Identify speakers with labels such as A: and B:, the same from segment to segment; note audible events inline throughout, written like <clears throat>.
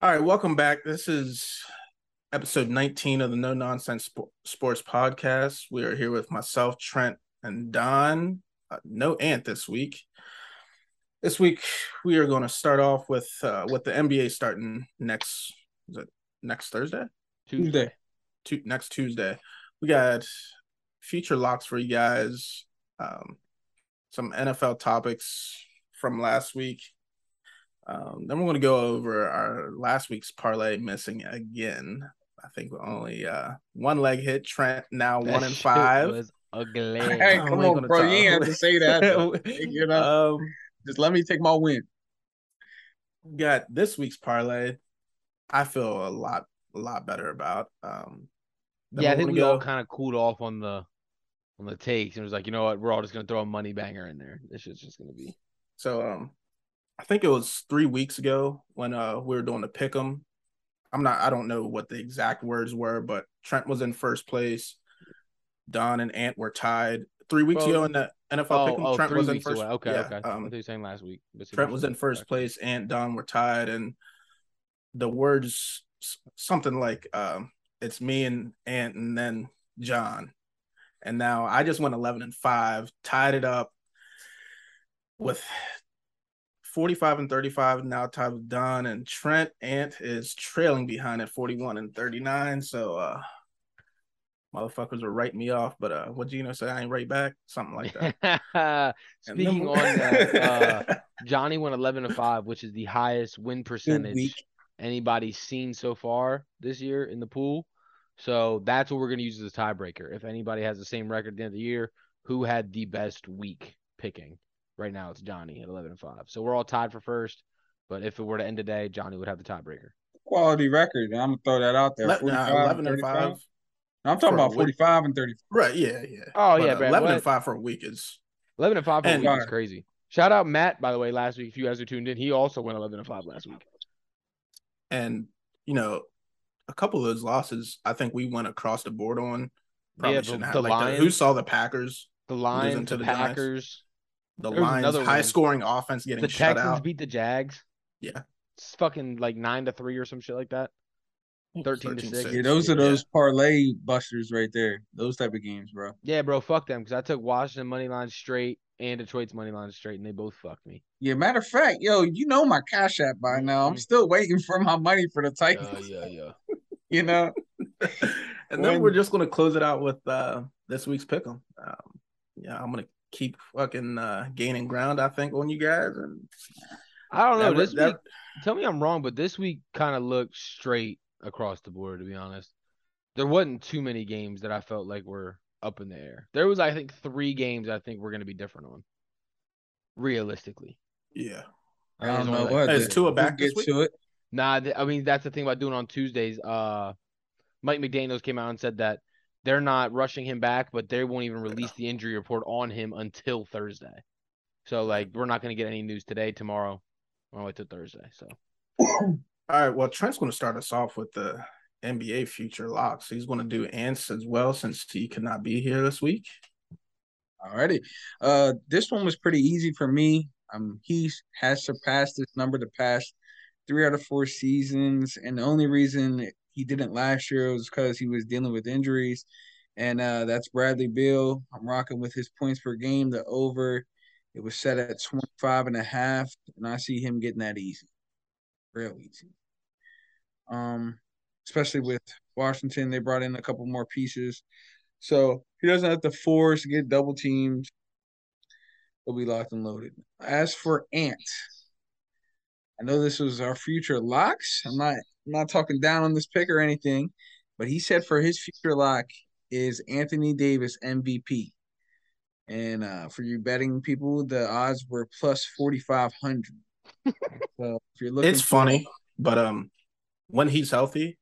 A: All right, welcome back. This is episode 19 of the No Nonsense Sp- Sports Podcast. We are here with myself, Trent, and Don. Uh, no Ant this week. This week we are going to start off with uh, with the NBA starting next. Is it next Thursday?
B: Tuesday.
A: Tu- next Tuesday. We got future locks for you guys. Um, some NFL topics from last week. Um, then we're going to go over our last week's parlay missing again. I think we're only uh, one leg hit. Trent now
B: That <laughs>
A: one and <laughs>
B: shit
A: five.
B: was <laughs> ugly.
A: I
C: Hey,
A: don't
C: come
A: really
C: on,
A: wanna
C: bro. You
A: talk.
C: ain't have to say that.
A: <laughs>
C: though. you know,
A: um,
C: just let me take my win.
A: we got this week's parlay. I feel a lot, a lot better about. Um, then
B: yeah, I
A: we're
B: think
A: gonna
B: we all
A: go-
B: kind of cooled off on the on the takes and was like, you know what, we're all just gonna throw a money banger in there. This shit's just gonna be
A: So um I think it was three weeks ago when uh we were doing the pick 'em. I'm not I don't know what the exact words were, but Trent was in first place. Don and Ant were tied. Three weeks ago
B: Well,
A: in the NFL
B: oh,
A: pick 'em,
B: oh,
A: Trent
B: three
A: was in
B: weeks
A: first.
B: away. Okay,
A: yeah,
B: okay. I
A: um,
B: thought you were saying last week. but see,
A: Trent
B: this
A: was
B: is
A: in
B: back.
A: first place. Ant Don were tied, and the words s- something like um, "It's me and Ant, and then John." And now I just went eleven and five, tied it up with forty-five and thirty-five. Now tied with Don and Trent. Ant is trailing behind at forty-one and thirty-nine. So. uh Motherfuckers will write me off, but uh, what Gino say? I ain't right back, something like that.
B: <laughs>
A: And then-
B: Speaking
A: <laughs>
B: on that, uh, Johnny went eleven to five, which is the highest win percentage
C: week.
B: anybody's seen so far this year in the pool. So that's what we're gonna use as a tiebreaker. If anybody has the same record at the end of the year, who had the best week picking? Right now it's Johnny at eleven and five. So we're all tied for first. But if it were to end today, Johnny would have the tiebreaker.
C: Quality record. I'm gonna throw that out there.
A: Le-
C: 45
A: nah, 11 uh, and
C: 35.
A: 5
C: I'm
A: for
C: talking
A: a
C: about
A: week.
C: 45 and 35.
A: Right, yeah, yeah.
B: Oh
A: But,
B: yeah,
A: uh, Eleven
B: Brad. Eleven
A: and five for a week is
B: Eleven and five for
A: And-
B: a week is crazy. Shout out Matt, by the way, last week. If you guys are tuned in, he also went eleven and five last week.
A: and you know, a couple of those losses I think we went across the board on. Probably
B: yeah,
A: shouldn't
B: the,
A: have
B: the
A: like the-
B: Lions,
A: who saw the Packers,
B: the Lions,
A: to
B: the,
A: the Giants.
B: Packers,
A: the
B: There was
A: Lions
B: another
A: high
B: one.
A: scoring offense getting
B: the
A: shut
B: Texans
A: out.
B: beat the Jags.
A: Yeah.
B: It's fucking like nine to three or some shit like that. 13 to six.
C: Yeah, those
A: <laughs>
C: are those parlay busters right there. Those type of games, bro.
B: Yeah, bro, fuck them because I took Washington money line straight and Detroit's money line straight, and they both fucked me.
C: Yeah, matter of fact, yo, you know my cash app by now. I'm
A: Mm-hmm.
B: Mhm.
C: still waiting <laughs> for my money for the
B: Yeah,
C: Titans.
B: yeah, yeah.
C: You know,
A: and then
C: When-
A: we're just gonna close it out with uh this week's pick'em. Um, yeah, I'm gonna keep fucking uh gaining ground. I think on you guys, and
B: I don't know.
A: that-
B: this
A: that-
B: week, tell me I'm wrong, but this week kind of looked straight across the board. To be honest, there wasn't too many games that I felt like were up in the air. There was, I think, three games I think we're gonna be different on. Realistically,
A: yeah,
C: I don't
B: There's only,
C: know
B: like,
C: what
B: three
A: Is
C: the-
B: games.
A: Tua
C: we'll
A: back this
C: get
A: week?
C: to it.
B: Nah, th- I mean that's the thing about doing it on Tuesdays. Uh, Mike McDaniel's came out and said that they're not rushing him back, but they won't even release the injury report on him until Thursday. So like we're not gonna get any news today, tomorrow, or wait till Thursday. So
A: All right. Well, Trent's going to start us off with the NBA future locks. He's going to do ants as well since he could not be here this week.
C: Alrighty. Uh this one was pretty easy for me. Um he has surpassed this number the past three out of four seasons. And the only reason he didn't last year was because he was dealing with injuries. And uh that's Bradley Bill. I'm rocking with his points per game, the over. It was set at 25 and a half, and I see him getting that easy. Real easy. Um, especially with Washington, they brought in a couple more pieces. So he doesn't have to force to get double teams. He'll be locked and loaded. As for Ant, I know this was our future locks. I'm not I'm not talking down on this pick or anything, but he said for his future lock is Anthony Davis MVP. And uh, for you betting people, the odds were plus forty five hundred. so if you're looking,
A: It's funny, but um, when he's healthy,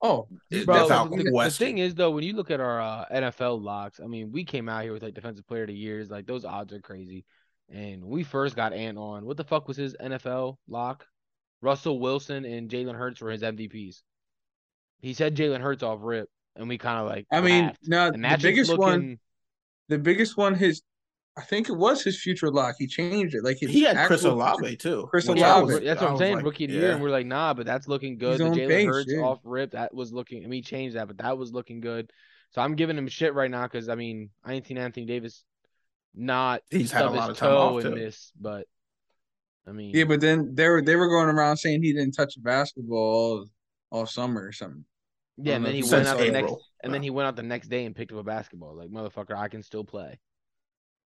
C: oh,
A: it-
B: Bro,
A: that's
B: the-
A: out
B: the, the
A: west.
B: thing is though, when you look at our uh, NFL locks, I mean, we came out here with like defensive player of the years, like those odds are crazy. And when we first got Ant on, what the fuck was his NFL lock? Russell Wilson and Jalen Hurts were his MVPs. He said Jalen Hurts off rip, and we kind of like
C: I mean,
B: laughed.
C: no,
B: And
C: the
B: that's just
C: biggest one,
B: looking-
C: the biggest one, his I think it was his future lock. He changed it. Like his
A: He had Chris
C: actual-
A: Olave too.
C: Chris
A: which
B: Yeah,
A: I
C: Olave.
A: was-
B: that's
A: I
B: what I'm
A: was
B: saying.
A: like,
B: Rookie of the year,
A: yeah.
B: and we're like, nah, but that's looking good.
C: He's
B: The
C: on
B: Jalen
C: pace,
B: Hurts
C: yeah.
B: off rip, that was looking. I mean, he changed that, but that was looking good. So I'm giving him shit right now because I mean, I ain't seen Anthony Davis not
A: He's had a
B: stub his
A: lot of time off,
B: toe in
A: too.
B: this, but I mean,
C: Yeah, but then they were they were going around saying he didn't touch a basketball all, all summer or something.
B: yeah, and then he
C: Since
B: went out the
C: April.
B: next, and then he went out the next day and picked up a basketball. Like motherfucker, I can still play.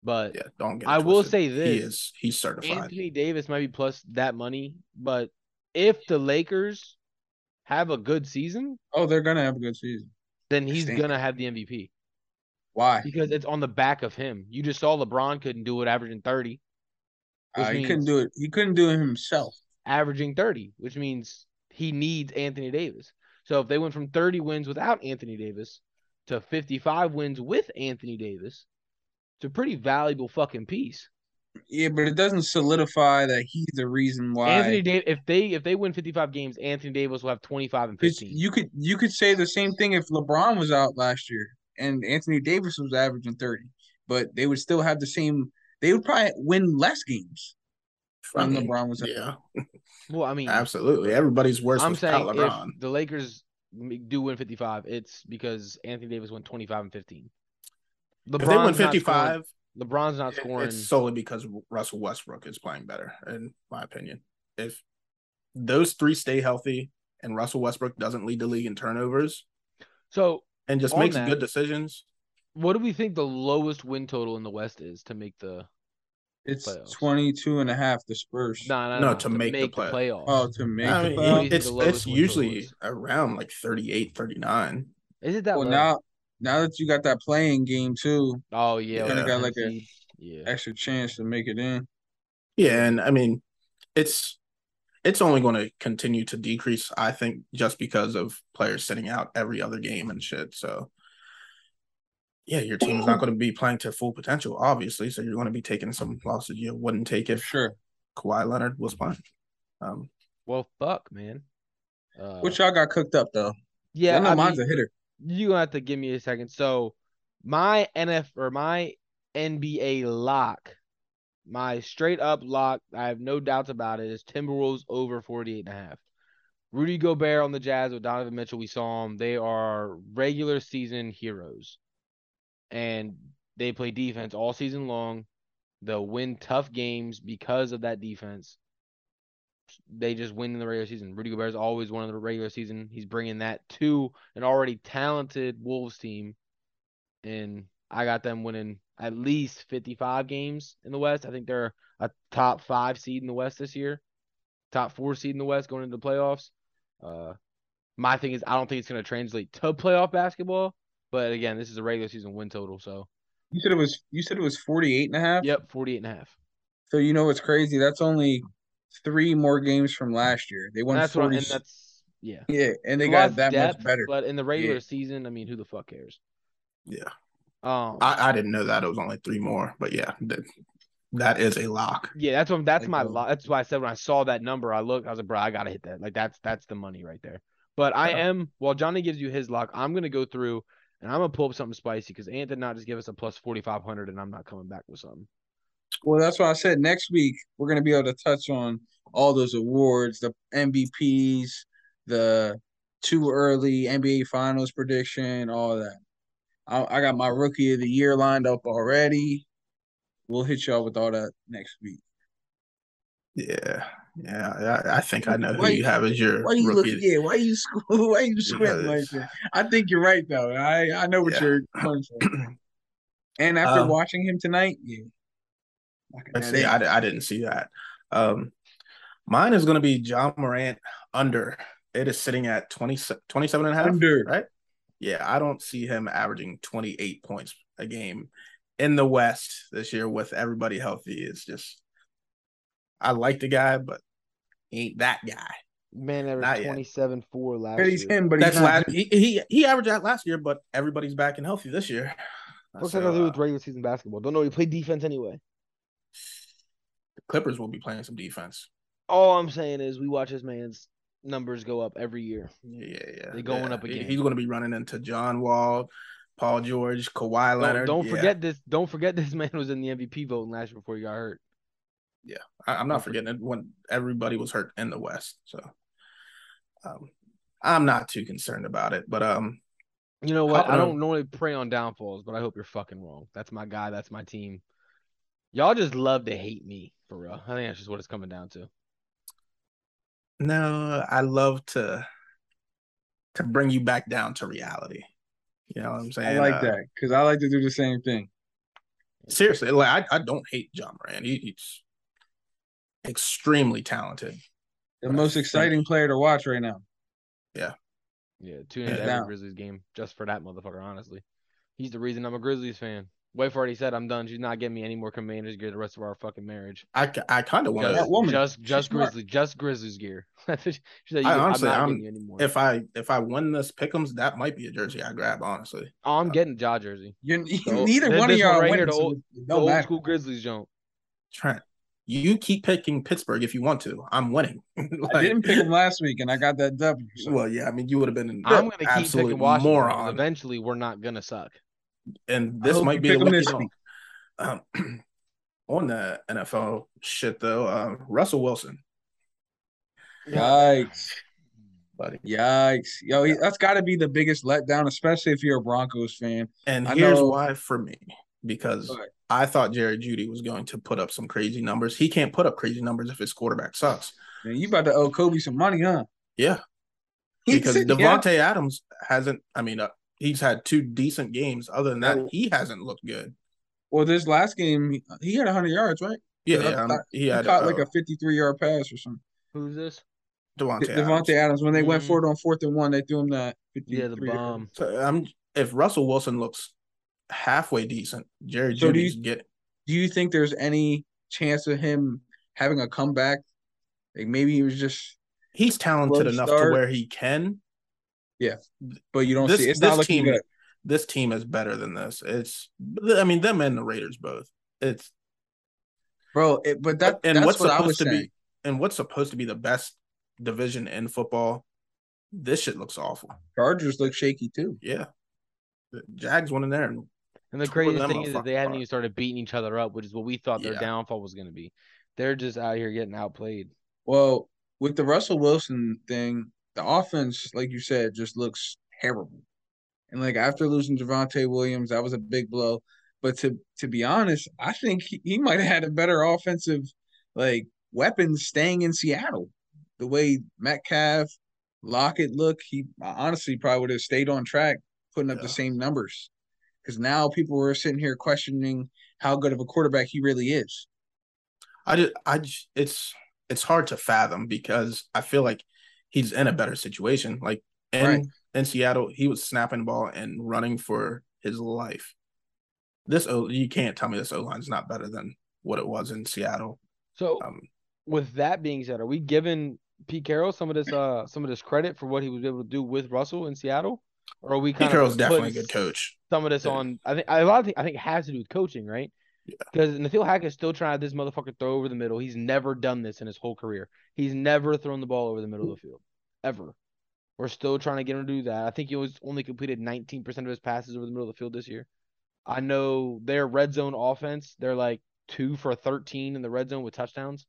B: But
A: Yeah, don't get. it
B: I will
A: twisted.
B: say
A: he
B: this:
A: is he's certified.
B: Anthony Davis might be plus that money, but if the Lakers have a good season,
C: Oh, they're gonna have a good season.
B: then he's
C: Stand-
B: gonna have the MVP
C: Why?
B: because it's on the back of him. You just saw LeBron couldn't do it, averaging thirty, which
C: Uh, he
B: means
C: couldn't do it. He couldn't do it himself.
B: averaging thirty, which means he needs Anthony Davis. So if they went from thirty wins without Anthony Davis to fifty-five wins with Anthony Davis, it's a pretty valuable fucking piece.
C: Yeah, but it doesn't solidify that he's the reason why.
B: Anthony Davis, if they if they win fifty-five games, Anthony Davis will have twenty-five and
C: 'Cause
B: fifteen.
C: you could you could say the same thing if LeBron was out last year and Anthony Davis was averaging thirty, but they would still have the same. They would probably win less games
A: I
C: when
A: mean,
C: LeBron was out.
A: yeah,
B: well, I mean,
A: absolutely. Everybody's worse
B: I'm
A: without
B: saying
A: LeBron.
B: if the Lakers m- do win 55, it's because Anthony Davis went 25 and 15. LeBron's
A: If, they win
B: not scoring-
A: 55,
B: LeBron's not
A: it-
B: scoring.
A: it's solely because Russell Westbrook is playing better, in my opinion. If those three stay healthy and Russell Westbrook doesn't lead the league in turnovers
B: So,
A: and just
B: On
A: makes
B: that-
A: good decisions,
B: what do we think the lowest win total in the West is to make the
C: It's
B: Playoffs.
C: 22 and a half, the Spurs.
B: no, no,
A: No,
B: no,
A: to make the play-
B: playoffs?
C: Oh, to make
A: I
C: the
A: mean,
C: playoffs?
B: Maybe
A: it's
B: the lowest
A: it's
B: win total
A: usually
B: is.
A: around like 38, 39.
B: Is it that
C: Well,
B: low?
C: now now that you got that playing game too,
B: oh yeah,
A: you
B: with
A: kinda
B: the tenth
C: got like a-
B: seed. yeah.
C: extra chance to make it in.
A: Yeah, and I mean, it's it's only going to continue to decrease, I think, just because of players sitting out every other game and shit. So, yeah, your team's not going to be playing to full potential, obviously. So you're going to be taking some losses you wouldn't take
C: For
A: if
C: sure.
A: Kawhi Leonard was playing. Um,
B: Well, fuck, man. Uh,
C: What y'all got cooked up though?
B: yeah,
C: I know
B: I
C: mine's
B: mean-
C: a hitter.
B: you gonna have to give me a second. So my NF or my NBA lock, my straight up lock, I have no doubts about it, is Timberwolves over 48 and a half. Rudy Gobert on the Jazz with Donovan Mitchell, we saw them. They are regular season heroes. And they play defense all season long. They'll win tough games because of that defense. They just win in the regular season. Rudy Gobert's always won in the regular season. He's bringing that to an already talented Wolves team. And I got them winning at least 55 games in the West. I think they're a top five seed in the West this year, top four seed in the West going into the playoffs. Uh, my thing is, I don't think it's going to translate to playoff basketball. But again, this is a regular season win total. So,
C: You said it was you said it was 48 and a half.
B: yep, 48 and a half.
C: So you know what's crazy? That's only three more games from last year. They won
B: And that's what, I-
C: 40.
B: and that's, yeah.
C: yeah, and they
B: A lot
C: got
B: of
C: that
B: depth,
C: much better.
B: But in the regular season, I mean, who the fuck cares?
A: yeah,
B: Um,
A: I, I didn't know that it was only three more, but yeah, that, that is a lock.
B: Yeah, that's what that's
C: Like,
B: my
C: um,
B: lo- that's why I said when I saw that number, I looked, I was like, bro, I gotta hit that. Like that's that's the money right there. But I
A: Yeah.
B: am while Johnny gives you his lock, I'm gonna go through and I'm gonna pull up something spicy because Ant did not just give us a plus forty five hundred and I'm not coming back with something.
C: Well, that's why I said next week we're gonna be able to touch on all those awards, the MVPs, the too early NBA Finals prediction, all that. I, I got my Rookie of the Year lined up already. We'll hit y'all with all that next week.
A: Yeah, yeah, I, I think I know who
C: Why-
A: you have as your
C: Why you
A: rookie.
C: looking? Yeah, why you <laughs> squ- Why you squinting like
A: Because-
C: that? I think you're right though. I I know what
A: Yeah. <clears throat>
C: you're going for. And after
A: Um,
C: watching him tonight, yeah. Locking
A: I
C: that
A: see.
C: in.
A: I, di- I didn't see that. Um, mine is going to be John Morant under. It is sitting at 20, 27 and a half.
C: Under.
A: Right. Yeah. I don't see him averaging 28 points a game in the West this year with everybody healthy. It's just, I like the guy, but he ain't that guy.
B: Man, there
A: was Not yet.
B: twenty seven four last
C: But he's him, but he's
A: That's
C: not
A: last.
C: him.
A: He, he, he averaged that last year, but everybody's back and healthy this year.
B: What's
A: So,
B: that gonna do
A: uh,
B: with regular season basketball? Don't know. He played defense anyway.
A: the uh, Clippers will be playing some defense.
B: All I'm saying is we watch his man's numbers go up every year.
A: Yeah, yeah, yeah.
B: They going
A: Yeah.
B: up
A: He-
B: again.
A: He's going to be running into John Wall, Paul George, Kawhi
B: Don't,
A: Leonard.
B: don't
A: Yeah,
B: forget this. Don't forget this <laughs> man was in the MVP voting last year before he got hurt.
A: I, am not forgetting it when everybody was hurt in the West. So um, I'm not too concerned about it. But um,
B: You know what?
A: How-
B: I don't normally prey on downfalls, but I hope you're fucking wrong. That's my guy. That's my team. Y'all just love to hate me for real. I think that's just what it's coming down to.
A: no, I love to to bring you back down to reality. You know what I'm saying?
C: I like
A: Uh,
C: that because I like to do the same thing.
A: Seriously, like I, I don't hate John Moran. He, he's extremely talented.
C: The
A: but I
C: most
A: think-
C: exciting player to watch right now.
B: Yeah, tune into
A: Yeah.
B: every
C: Now-
B: Grizzlies game just for that motherfucker. Honestly, he's the reason I'm a Grizzlies fan. Wife already said I'm done. She's not getting me any more commanders gear the rest of our fucking marriage.
A: I, ca- I kind of want
B: Just,
C: that
A: to.
C: woman,
B: just,
C: she's
B: just
C: smart.
B: Grizzlies, just Grizzlies gear. <laughs> she said,
A: I
B: "You-
A: honestly-
B: I'm not
A: I'm-
B: getting you anymore.
A: If I if I win this Pickums, that might be a jersey I grab. Honestly,
B: oh, I'm getting Ja jersey.
C: You're, <laughs>
B: So,
C: neither
B: this-
C: one of
B: this
C: y'all
B: one
C: are
B: right here,
C: winning.
B: the
C: so
B: old-
C: it
B: The
C: don't
B: old
C: matter.
B: school Grizzlies jump.
A: Trent, you keep picking Pittsburgh if you want to. I'm winning. <laughs> like,
C: I
B: <laughs>
C: didn't pick him last week, and I got that W. So
A: Well, yeah, I mean, you would have been an
B: I'm gonna keep
A: absolute
B: picking Washington. because
A: moron,
B: Eventually, we're not gonna suck.
A: and
C: I
A: this
C: hope you
A: might be
C: pick
A: the
C: 'em
A: lucky
C: this
A: dog.
C: week.
A: Um, <clears throat> on the NFL shit though, um, Russell Wilson,
C: yikes,
A: buddy,
C: yikes, yo, he, that's got to be the biggest letdown, especially if you're a Broncos fan.
A: and
C: I
A: here's
C: know-
A: why for me because
C: Go ahead.
A: I thought Jerry Judy was going to put up some crazy numbers. He can't put up crazy numbers if his quarterback sucks.
C: Man, you about to owe Kobe some money, huh?
A: Yeah,
C: <laughs> He
A: because
C: said, yeah.
A: Devontae Adams hasn't. I mean, uh, he's had two decent games. Other than that,
C: No.
A: he hasn't looked good.
C: Well, this last game, he- he had 100 yards, right?
A: Yeah,
C: Yeah,
A: yeah, um,
C: I-
A: he
C: He
A: had
C: caught
A: uh,
C: like a 53 yard pass or something.
B: Who's this?
A: Devontae. Adams.
C: Devontae Adams, when they went
B: Mhm.
C: for it on fourth and one, they threw him that 53
B: Yeah, the bomb.
A: So I'm if Russell Wilson looks halfway decent, Jerry
C: So do
A: Judy's get
C: Do you think there's any chance of him having a comeback? Like maybe he was just,
A: he's talented
C: Slow
A: enough
C: start.
A: to where he can.
C: but you don't
A: This-
C: see it's
A: this
C: not looking
A: team-
C: good.
A: This team is better than this. It's I mean them and the Raiders both. It's
C: Bro, it, but that
A: and
C: that's
A: what's
C: what I
A: supposed
C: was
A: to
C: saying.
A: be and what's supposed to be the best division in football. This shit looks awful.
C: Chargers look shaky too.
A: Yeah. The Jags went in there and
B: And the
A: Tore
B: craziest
A: them
B: thing
A: a
B: is that
A: fucking
B: they haven't
A: apart.
B: even started beating each other up, which is what we thought their
A: Yeah.
B: downfall was gonna be. They're just out here getting outplayed.
C: Well, with the Russell Wilson thing, the offense, like you said, just looks terrible. And like after losing Javante Williams, that was a big blow. But to to be honest, I think he, he might have had a better offensive like weapons staying in Seattle. The way Metcalf, Lockett look, he honestly probably would have stayed on track, putting up the
A: Yeah.
C: same numbers. Because now people are sitting here questioning how good of a quarterback he really is.
A: I just, I just, it's it's hard to fathom because I feel like he's in a better situation. Like in
C: Right.
A: in Seattle, he was snapping the ball and running for his life. This O, you can't tell me this O line's not better than what it was in Seattle.
B: So
A: Um,
B: with that being said, are we giving Pete Carroll some of this uh some of this credit for what he was able to do with Russell in Seattle? Or are we kind
A: Pete Carroll's
B: of
A: definitely a
B: putting
A: good coach.
B: some of this
A: Yeah.
B: on I think a lot of things I think has to do with coaching, right? Because Nathaniel Hackett's still trying to this motherfucker throw over the middle. He's never done this in his whole career. He's never thrown the ball over the middle of the field. Ever. We're still trying to get him to do that. I think he was only completed 19% of his passes over the middle of the field this year. I know their red zone offense, they're like two for 13 in the red zone with touchdowns.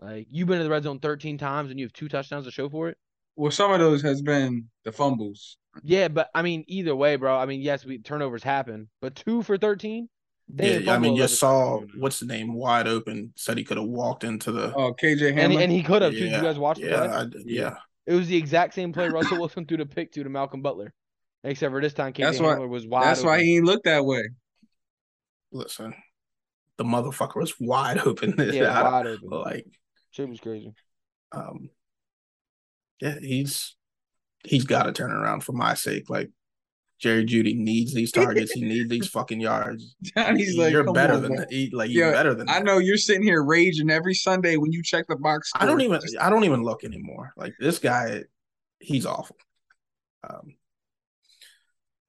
B: Like you've been in the red zone 13 times and you have two touchdowns to show for it.
C: Well, some of those has been the fumbles.
B: Yeah, but I mean, either way, bro. I mean, yes, we turnovers happen, but two for 13? They
A: Yeah,
B: ain't
A: I mean,
B: fumbled
A: you
B: 11
A: saw
B: times.
A: what's the name wide open said he could have walked into the.
C: Oh, KJ
B: And,
C: Hamler.
B: and he could have too. Did
A: Yeah,
B: you guys watch the play?
A: yeah, I, did- yeah,
B: It was the exact same play Russell Wilson threw the pick to to Malcolm Butler, except for this time KJ
C: That's why-
B: Hamler was wide.
C: That's why
B: open.
C: he ain't looked that way. <laughs>
A: Listen, the motherfucker was wide open. <laughs>
B: yeah,
A: I-
B: wide open.
A: like
B: Shit was crazy.
A: um yeah he's he's got to turn it around for my sake like jerry judy needs these targets he needs these fucking yards
C: Johnny's like,
A: you're
C: "Come
A: better
C: on,
A: than
C: man."
A: that He- like
C: Yeah,
A: you're better than
C: I
A: that.
C: know you're sitting here raging every Sunday when you check the box.
A: I don't
C: score.
A: even
C: Just-
A: i don't even look anymore like this guy he's awful um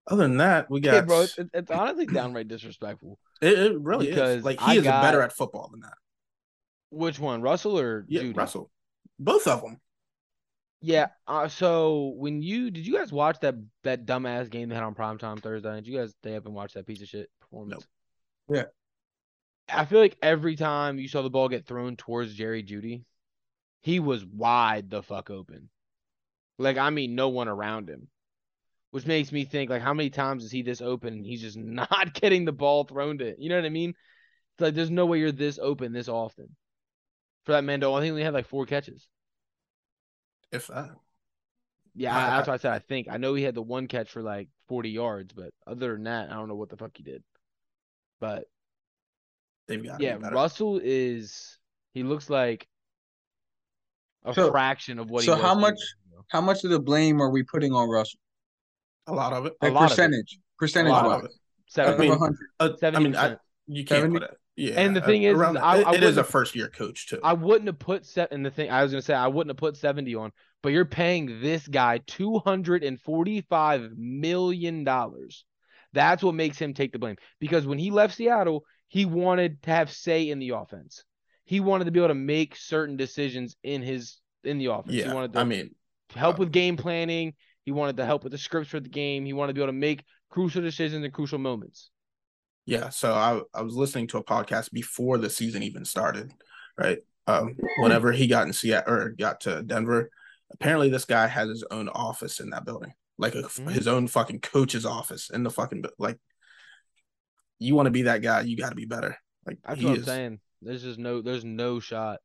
A: other than that we got
B: Yeah, bro, it's, it's honestly downright disrespectful.
A: it, it really
B: because
A: is like
B: I
A: he is
B: got-
A: better at football than that
B: Which one, Russell or
A: yeah
B: Judy?
A: russell both of them
B: Yeah. Uh, so when you did you guys watch that that dumbass game they had on primetime Thursday? Did you guys stay up and watch that piece of shit performance?
C: Yeah.
B: I feel like every time you saw the ball get thrown towards Jerry Judy, he was wide the fuck open. Like I mean, no one around him, which makes me think like how many times is he this open and he's just <laughs> not getting the ball thrown to? You know what I mean? It's like there's no way you're this open this often. For that Mando, I think he only had like four catches.
A: If uh, that,
B: Yeah,
A: I-
B: I, that's what I said. I think I know he had the one catch for like 40 yards, but other than that, I don't know what the fuck he did. But
A: they've got
B: yeah, Russell is he looks like a
C: So-
B: fraction of what.
C: so
B: he was
C: how
B: two
C: much-
B: years ago.
C: How much of the blame are we putting on Russell?
A: a lot of it.
B: A
C: Like
B: lot of it.
C: percentage, percentage
A: lot of
C: wise,
A: it.
C: out
B: Seven.
C: of
A: I mean,
C: hundred.
A: Uh, I mean, I,
B: 70%.
A: you can't
C: 70?
A: put it. Yeah, uh,
B: And the thing is,
A: around-
B: I-
A: it-
B: I
A: it is a
B: wouldn't-
A: first year coach too.
B: I wouldn't have put set and the thing I was gonna say I wouldn't have put 70 on, but you're paying this guy 245 million dollars. That's what makes him take the blame. Because when he left Seattle, he wanted to have say in the offense. He wanted to be able to make certain decisions in his in the offense. he
A: yeah,
B: wanted to
A: I mean,
B: help
A: uh,
B: with game planning. He wanted to help with the scripts for the game. He wanted to be able to make crucial decisions in crucial moments.
A: Yeah, so I I was listening to a podcast before the season even started, right? Um, whenever he got in Seattle or got to Denver, apparently this guy has his own office in that building, like a,
B: Mhm.
A: his own fucking coach's office in the fucking bu- like. You want to be that guy, you got to be better. Like
B: That's
A: he
B: what I'm
A: is.
B: saying. There's just no there's no shot.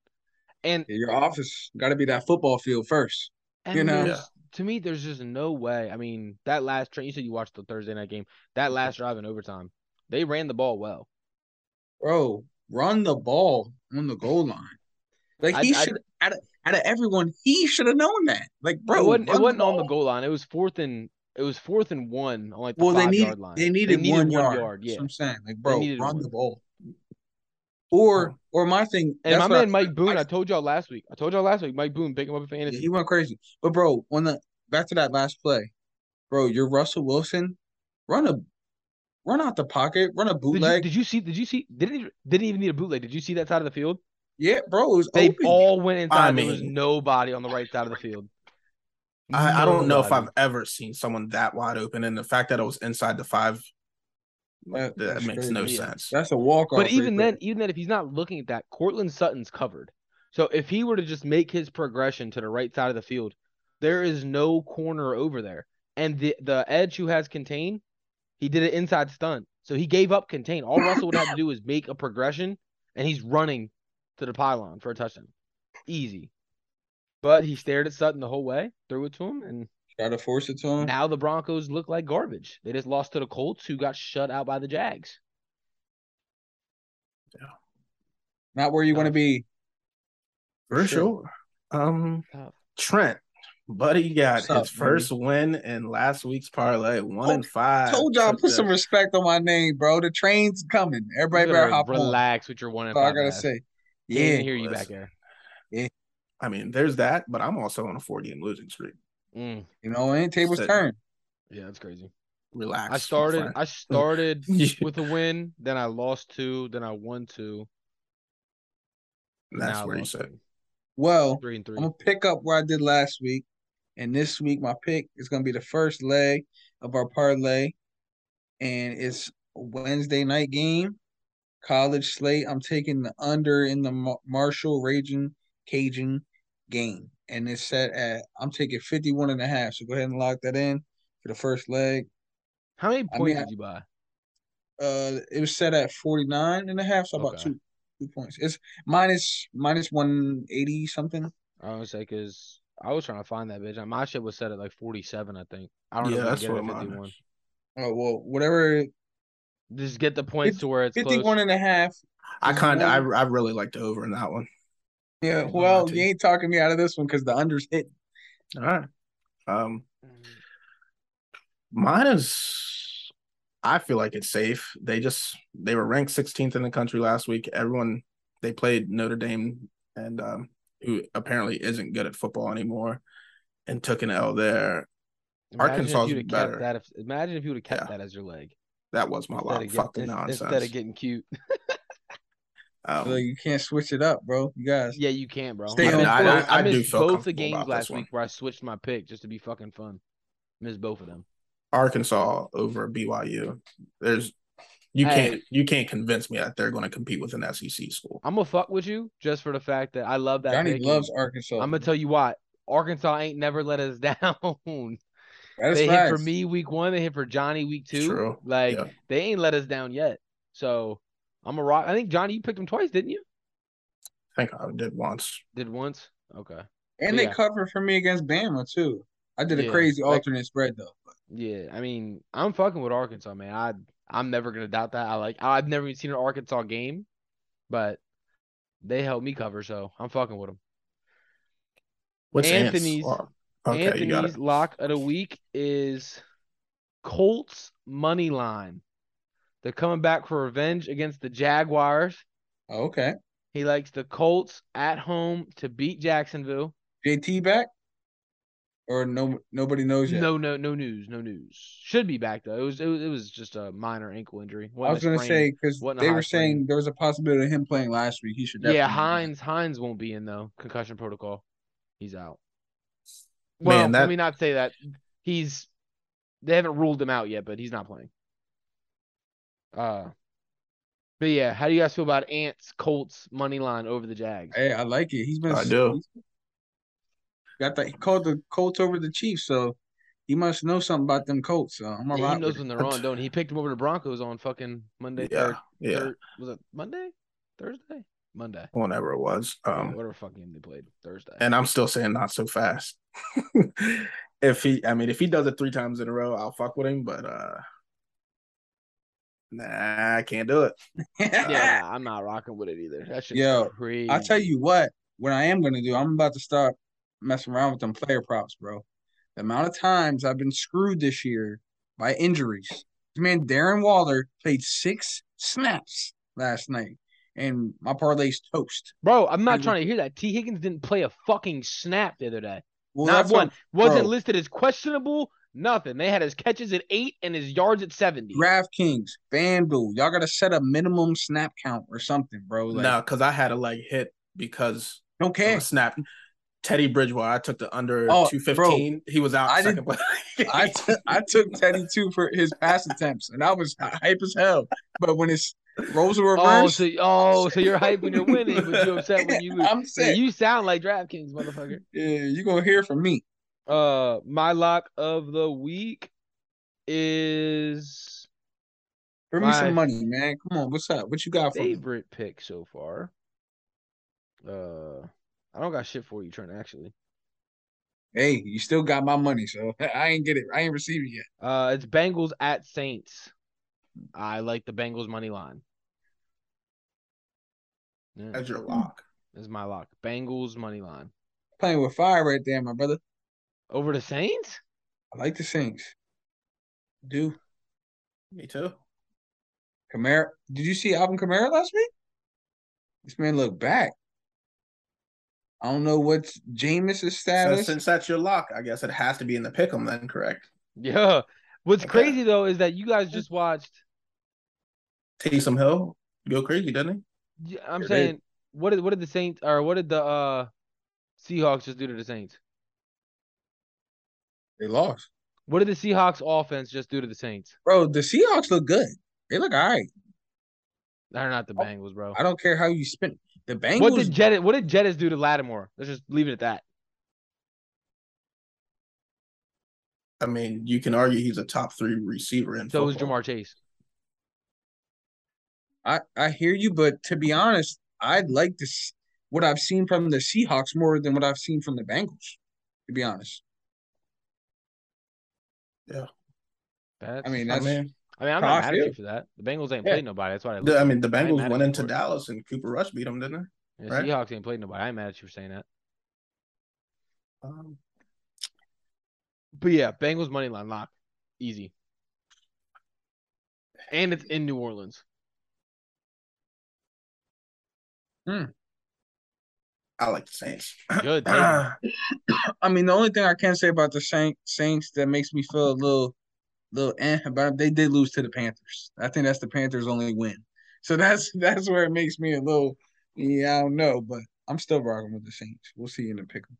B: And
C: Your office got to be that football field first.
B: And
C: You know?
B: there's- to me, there's just no way. I mean, that last train. You said you watched the Thursday night game.
C: Mm-hmm.
B: That last drive in overtime, they ran the ball well.
C: Bro, run the ball on the goal line. Like he
B: I- I-
C: should out of out of everyone, he should have known that. Like bro,
B: it wasn't,
C: run
B: it wasn't on the
C: ball.
B: goal line. It was fourth and it was fourth and one on like the
C: Well, they
B: five
C: needed
B: yard line.
C: they needed, one, yard. That's
B: Yeah,
C: what I'm saying. Like bro,
B: needed
C: run the
B: one.
C: ball. Or or my thing.
B: and my
C: that's what I-
B: man Mike Boone. I told y'all last week. I told y'all last week. Mike Boone pick him up in
C: Yeah,
B: fantasy.
C: he went crazy. But bro, on the back to that last play, bro, you're Russell Wilson. Run a run out the pocket, run a
B: did, you,
C: bootleg.
B: did you see? Did you see? Didn't even, didn't even need a bootleg. Did you see that side of the field?
C: yeah, bro, it was
B: They
C: open.
B: all went inside. there was
A: mean-
B: nobody on the right side of the field.
A: I, I don't know if
B: Nobody.
A: I've ever seen someone that wide open, and the fact that it was inside the five,
C: That-
A: that,
C: that's
A: makes no
B: crazy.
A: sense.
C: That's a walk off.
B: But even then, even then, if he's not looking at that, Cortland Sutton's covered. So if he were to just make his progression to the right side of the field, there is no corner over there. And the the edge who has contain, he did an inside stunt. So he gave up contain. All Russell would have to do is make a progression, and he's running to the pylon for a touchdown. Easy. But he stared at Sutton the whole way, threw it to him, and
C: try to force it to him.
B: now the Broncos look like garbage. They just lost to the Colts, who got shut out by the Jags.
C: Not where you want to be.
A: For
C: Sure.
A: sure. Um,
B: Tough.
A: Trent, buddy, got
C: What's
A: his
C: up, Oh,
A: first win in last week's parlay, one and five.
C: Told y'all
A: Took
C: put
A: the-
C: some respect on my name, bro. The train's coming.
B: You
C: Everybody better
B: better
C: hop on.
B: relax with your one and
C: That's all I
B: five
C: gotta
B: ass.
C: say.
B: Can't even
C: Yeah,
B: hear you
A: listen.
B: back there.
A: I mean, there's that, but I'm also on a four game losing streak.
B: Mm,
C: you know, ain't tables
A: Sit.
C: turned.
B: yeah, that's crazy.
A: Relax.
B: I started.
A: friend.
C: <laughs>
B: I started
A: Yeah.
B: with a win. Then I lost two. Then I won two.
A: And that's
B: now I
A: where you
B: lost
A: said.
B: two.
C: Well,
B: three and three.
C: Oh, I'm gonna pick up where I did last week, and this week my pick is gonna be the first leg of our parlay, and it's a Wednesday night game, college slate. I'm taking the under in the Mar- Marshall Raging Cajun game, and it's set at I'm taking 51 and a half. So go ahead and lock that in for the first leg.
B: How many
C: I
B: points
C: mean, I-
B: did you buy?
C: Uh, it was set at 49 and a half, so about
B: Okay.
C: two two points. It's minus minus 180 something.
B: I was like, cause I was trying to find that bitch. and My shit was set at like forty-seven. I think. I don't
A: Yeah,
B: know. If I
A: that's
B: can get it
A: what
B: at
A: mine is.
B: fifty-one.
C: Oh well, whatever
B: Just get the points
C: Fifty-
B: to where it's close.
C: 51 and a half.
A: I
C: Is
A: kind of, I,
C: one-
A: I really liked the over in that one.
C: Yeah,
A: Ain't gonna lie
C: well,
A: to
C: you
A: you.
C: ain't talking me out of this one because the under's hit.
A: All right. Mm-hmm. Um, mine is, I feel like it's safe. They just, they were ranked 16th in the country last week. Everyone, they played Notre Dame and, um, who apparently isn't good at football anymore and took an L there. Arkansas is
B: Imagine if you'd have
A: better.
B: kept that. If, imagine if you would have kept
A: Yeah.
B: that as your leg
A: That was my
B: instead
A: lot.
B: of,
A: Fuck the
B: get,
A: nonsense.
B: instead of getting cute.
C: So
A: Um,
C: you can't switch it up, bro. You guys.
B: Yeah, you can, bro.
C: Stay
B: I,
C: on
B: missed
C: I-
B: both-
A: I- I do
B: missed
A: feel
B: both the
A: comfortable
B: games
A: about this
B: last
A: one.
B: week where I switched my pick just to be fucking fun. Missed both of them.
A: Arkansas over BYU. There's you
B: Hey.
A: can't you can't convince me that they're going to compete with an SEC school.
B: I'm gonna fuck with you just for the fact that I love that.
C: Johnny
B: pick, and
C: loves Arkansas.
B: I'm gonna tell you what. Arkansas ain't never let us <laughs> down.
C: That's
B: they hit
C: facts.
B: for me week one. They hit for Johnny week
A: It's
B: two.
A: true.
B: Like
A: Yeah.
B: they ain't let us down yet. So I'm a rock. I think Johnny, you picked them twice, didn't you?
A: I think I did once.
B: Did once. Okay.
C: And they
B: Yeah.
C: covered for me against Bama too. I did a
B: Yeah,
C: crazy
B: like-
C: alternate spread though.
B: Yeah. I mean, I'm fucking with Arkansas, man. I I'm never gonna doubt that. I like. I've never even seen an Arkansas game, but they helped me cover, so I'm fucking with them.
A: What's Ant's?
B: Anthony's-
A: Oh, okay, you got
B: Anthony's
A: it.
B: lock of the week is Colts money line. They're coming back for revenge against the Jaguars.
C: Oh, okay.
B: He likes the Colts at home to beat Jacksonville.
C: JT back? Or no nobody knows yet.
B: No, no, no news, no news. Should be back though. It was, it was, it was just a minor ankle injury.
C: I
B: Wasn't
C: was
B: a
C: gonna
B: sprain.
C: say because
B: Wasn't a
C: they
B: high
C: were saying
B: sprain.
C: there was a possibility of him playing last week. He should definitely
B: yeah,
C: be back.
B: Hines, Hines won't be in though. Concussion protocol. He's out.
A: Man,
B: Well, let
A: that-
B: me not say that. He's, they haven't ruled him out yet, but he's not playing. Uh, but yeah, how do you guys feel about Ants Colts money line over the Jags?
C: Hey, I like it. He's been
A: I do.
C: he's- got that he called the Colts over the Chiefs, so he must know something about them Colts. So I'm
B: Yeah,
C: all
B: he
C: right.
B: knows when they're
A: That's-
B: on, don't he? He picked him over the Broncos on fucking Monday,
A: Yeah,
B: third,
A: yeah.
B: third, was it Monday, Thursday, Monday,
A: Whenever it was.
B: Yeah,
A: Um,
B: whatever fucking game they played Thursday.
A: and I'm still saying not so fast. <laughs> if he, I mean, if he does it three times in a row, I'll fuck with him. But uh, nah, I can't do it.
C: <laughs>
B: yeah, nah, I'm not rocking with it either. That shit's
C: Yo,
B: crazy.
C: I tell you what, what I am gonna do, I'm about to start messing around with them player props, bro. The amount of times I've been screwed this year by injuries. This man Darren Waller played six snaps last night, and my parlay's toast.
B: bro, I'm not
C: Mhm.
B: trying to hear that. T. Higgins didn't play a fucking snap the other day.
C: Well,
B: not
C: that's
B: one.
C: what
B: Wasn't
C: bro.
B: listed as questionable. Nothing. They had his catches at eight and his yards at seventy.
C: DraftKings, FanDuel, y'all gotta set a minimum snap count or something, bro. Like,
A: no, because I had a like hit because of
C: don't
A: a
C: care.
A: snap. Teddy Bridgewater, I took the under
C: Oh,
A: 215. He was out
C: I
A: second play.
C: <laughs> I t-
A: <laughs>
C: I took Teddy two for his pass attempts, and I was hype as hell. But when his roles were
B: Oh,
C: reversed,
B: so oh, so you're hype when you're winning, but you upset when you lose.
C: <laughs> I'm
B: Yeah,
C: sick.
B: you sound like DraftKings, motherfucker.
C: Yeah, you gonna hear from me.
B: Uh, my lock of the week is
C: Bring me
B: My-
C: some money, man. Come on, what's up? What you got for me?
B: favorite pick so far. Uh, I don't got shit for you, Trent. Actually,
C: Hey, you still got my money, so <laughs> I ain't get it. I ain't received it yet.
B: uh, it's Bengals at Saints. I like the Bengals money line. Yeah,
A: That's your lock.
B: is my lock. Bengals money line
C: Playing with fire right there, my brother.
B: over the Saints. <laughs>
C: I like the Saints. Do
A: Me too.
C: Kamara? Did you see Alvin Kamara last week? This man look back. I don't know what's Jameis's
A: So
C: status.
A: since that's your lock, I guess it has to be in the pick 'em then, correct?
B: Yeah. What's
A: Okay.
B: crazy though is that you guys just watched.
A: Taysom Hill go crazy, doesn't he?
B: Yeah, I'm
C: Sure did.
B: saying, what did what did the Saints or what did the uh Seahawks just do to the Saints?
C: They lost.
B: What did the Seahawks offense just do to the Saints?
C: Bro, the Seahawks look good. They look all right.
B: They're not the Bengals, bro.
C: Oh, I don't care how you spin. The Bengals.
B: What did Jettis, what did Jettis do to Lattimore? Let's just leave it at that.
A: I mean, you can argue he's a top three receiver in
B: So
A: football.
B: was Jamar Chase.
C: I, I hear you, but to be honest, I'd like to s what I've seen from the Seahawks more than what I've seen from the Bengals, to be honest.
B: That's,
C: I mean,
A: I
C: that's
A: mean,
B: I mean, I'm
C: how I
B: not mad at
C: feel.
B: you for that. The Bengals ain't
C: Yeah.
B: played nobody. That's why they
A: the, um,
B: lost.
A: I mean, the
B: ain't mad
A: Bengals
B: at
A: went
B: you
A: into
B: for it.
A: Dallas and Cooper Rush beat them, didn't
B: The
A: right.
B: Seahawks ain't played nobody. I ain't mad at you for saying that.
A: they? Um,
B: But yeah, Bengals money line lock, easy. And it's in New Orleans.
A: I like the Saints. <clears throat>
B: Good. thank
A: I
C: I mean, the only thing I can say about the Saint, Saints that makes me feel a little, little eh about it, they did lose to the Panthers. I think that's the Panthers' only win. So that's <laughs> that's where it makes me a little yeah, I don't know, but I'm still rocking with the Saints. We'll see you in the pick. 'em.